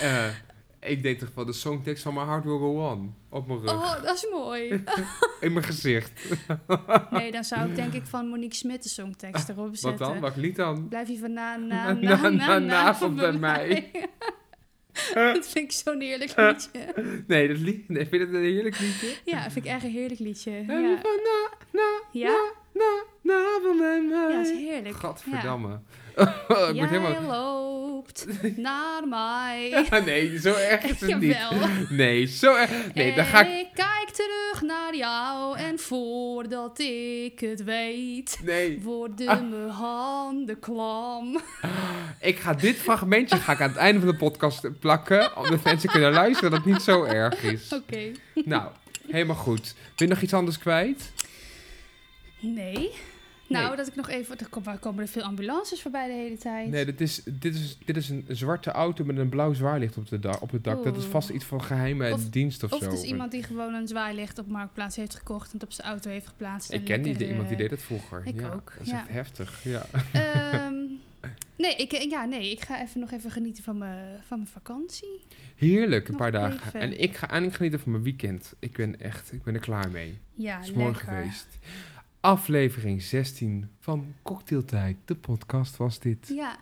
[SPEAKER 3] eh, ik deed toch wel de songtekst van My Heart Will Go On. Op mijn rug.
[SPEAKER 2] Oh, dat is mooi.
[SPEAKER 3] In mijn gezicht.
[SPEAKER 2] Nee, dan zou ik denk ik van Monique Smit de songtekst erop
[SPEAKER 3] Wat
[SPEAKER 2] zetten.
[SPEAKER 3] dan? Wat lied dan?
[SPEAKER 2] Blijf je van na, na,
[SPEAKER 3] Na,
[SPEAKER 2] na, na,
[SPEAKER 3] na,
[SPEAKER 2] na,
[SPEAKER 3] na
[SPEAKER 2] van
[SPEAKER 3] bij
[SPEAKER 2] dat vind ik zo'n heerlijk liedje.
[SPEAKER 3] Nee, dat lied. Nee, vind je dat een heerlijk liedje?
[SPEAKER 2] Ja, dat vind ik echt een heerlijk liedje.
[SPEAKER 3] Ja.
[SPEAKER 2] Ja,
[SPEAKER 3] Na, na,
[SPEAKER 2] ja?
[SPEAKER 3] na, na van mijn
[SPEAKER 2] ja dat is
[SPEAKER 3] mij.
[SPEAKER 2] heerlijk.
[SPEAKER 3] Gadverdamme. ik
[SPEAKER 2] Jij
[SPEAKER 3] word helemaal...
[SPEAKER 2] loopt naar mij.
[SPEAKER 3] Ah, nee, zo erg is het niet.
[SPEAKER 2] Jawel.
[SPEAKER 3] Nee, zo erg. Nee, daar ga
[SPEAKER 2] en
[SPEAKER 3] ik...
[SPEAKER 2] ik kijk terug naar jou en voordat ik het weet,
[SPEAKER 3] Nee,
[SPEAKER 2] worden
[SPEAKER 3] Ah.
[SPEAKER 2] mijn handen klam.
[SPEAKER 3] ik ga dit fragmentje ga ik aan het einde van de podcast plakken. Omdat mensen kunnen luisteren dat het niet zo erg is.
[SPEAKER 2] Oké.
[SPEAKER 3] Nou, helemaal goed. Wil je nog iets anders kwijt?
[SPEAKER 2] Nee. Nou, dat ik nog even... Er kom- waar komen er veel ambulances voorbij de hele tijd.
[SPEAKER 3] Nee, dit is, dit is, dit is een zwarte auto met een blauw zwaarlicht op, de da- op het dak. Dat is vast iets van geheime
[SPEAKER 2] Of-
[SPEAKER 3] dienst of,
[SPEAKER 2] of
[SPEAKER 3] zo.
[SPEAKER 2] het is iemand die gewoon een zwaailicht op Marktplaats heeft gekocht en het op zijn auto heeft geplaatst. en
[SPEAKER 3] Ik ken die,
[SPEAKER 2] lekker,
[SPEAKER 3] iemand die
[SPEAKER 2] eh,
[SPEAKER 3] deed dat vroeger.
[SPEAKER 2] ik
[SPEAKER 3] ja,
[SPEAKER 2] ook,
[SPEAKER 3] Dat is
[SPEAKER 2] ja.
[SPEAKER 3] echt heftig. Ja.
[SPEAKER 2] Ehm, nee, ik, eh, ja, nee, ik ga even nog even genieten van mijn, van mijn vakantie.
[SPEAKER 3] Heerlijk, een
[SPEAKER 2] Nog
[SPEAKER 3] paar dagen.
[SPEAKER 2] even.
[SPEAKER 3] En ik ga eindelijk genieten van mijn weekend. Ik ben echt, ik ben er klaar mee.
[SPEAKER 2] Ja,
[SPEAKER 3] Het is
[SPEAKER 2] Ah, lekker.
[SPEAKER 3] mooi geweest. Aflevering 16 van Cocktailtijd, de podcast was dit.
[SPEAKER 2] Ja,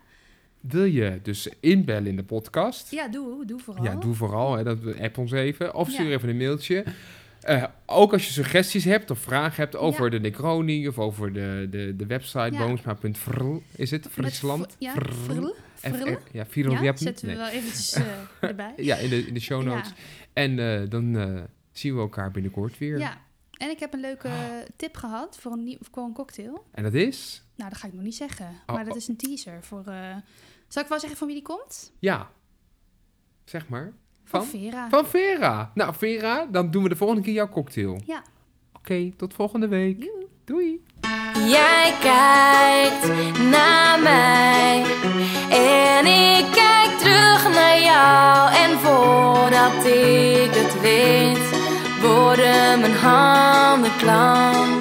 [SPEAKER 3] Wil je dus inbellen in de podcast?
[SPEAKER 2] ja doe, doe vooral.
[SPEAKER 3] Ja, doe vooral. Hè, dat, app ons even. Of stuur
[SPEAKER 2] Ja.
[SPEAKER 3] even een mailtje. Eh, ook als je suggesties hebt of vragen hebt over
[SPEAKER 2] Ja.
[SPEAKER 3] de Necroni of over de, de, de website
[SPEAKER 2] Ja.
[SPEAKER 3] boomsma.vrl. Is het?
[SPEAKER 2] Met
[SPEAKER 3] Friesland?
[SPEAKER 2] vr- Ja,
[SPEAKER 3] Vrl.
[SPEAKER 2] vrl.
[SPEAKER 3] F-
[SPEAKER 2] vrl.
[SPEAKER 3] F- Ja, Vierl
[SPEAKER 2] Ja,
[SPEAKER 3] Jeppen?
[SPEAKER 2] zetten we
[SPEAKER 3] Nee.
[SPEAKER 2] wel eventjes eh, erbij.
[SPEAKER 3] Ja, in de, in de show notes. En eh, dan eh, zien we elkaar binnenkort weer.
[SPEAKER 2] Ja, en ik heb een
[SPEAKER 3] Ah.
[SPEAKER 2] leuke tip gehad voor een, nieuw, voor een cocktail.
[SPEAKER 3] En dat is?
[SPEAKER 2] Nou, dat ga ik nog niet zeggen.
[SPEAKER 3] Oh,
[SPEAKER 2] maar dat
[SPEAKER 3] oh.
[SPEAKER 2] is een teaser voor... eh, zal ik wel zeggen van wie die komt?
[SPEAKER 3] Ja. Zeg maar.
[SPEAKER 2] Van,
[SPEAKER 3] Van?
[SPEAKER 2] Vera.
[SPEAKER 3] Van Vera. Nou, Vera, dan doen we de volgende keer jouw cocktail.
[SPEAKER 2] Ja.
[SPEAKER 3] Oké, tot volgende week.
[SPEAKER 2] Joe.
[SPEAKER 3] Doei.
[SPEAKER 4] Jij kijkt naar mij en ik kijk terug naar jou. En voordat ik het weet, worden mijn handen klam.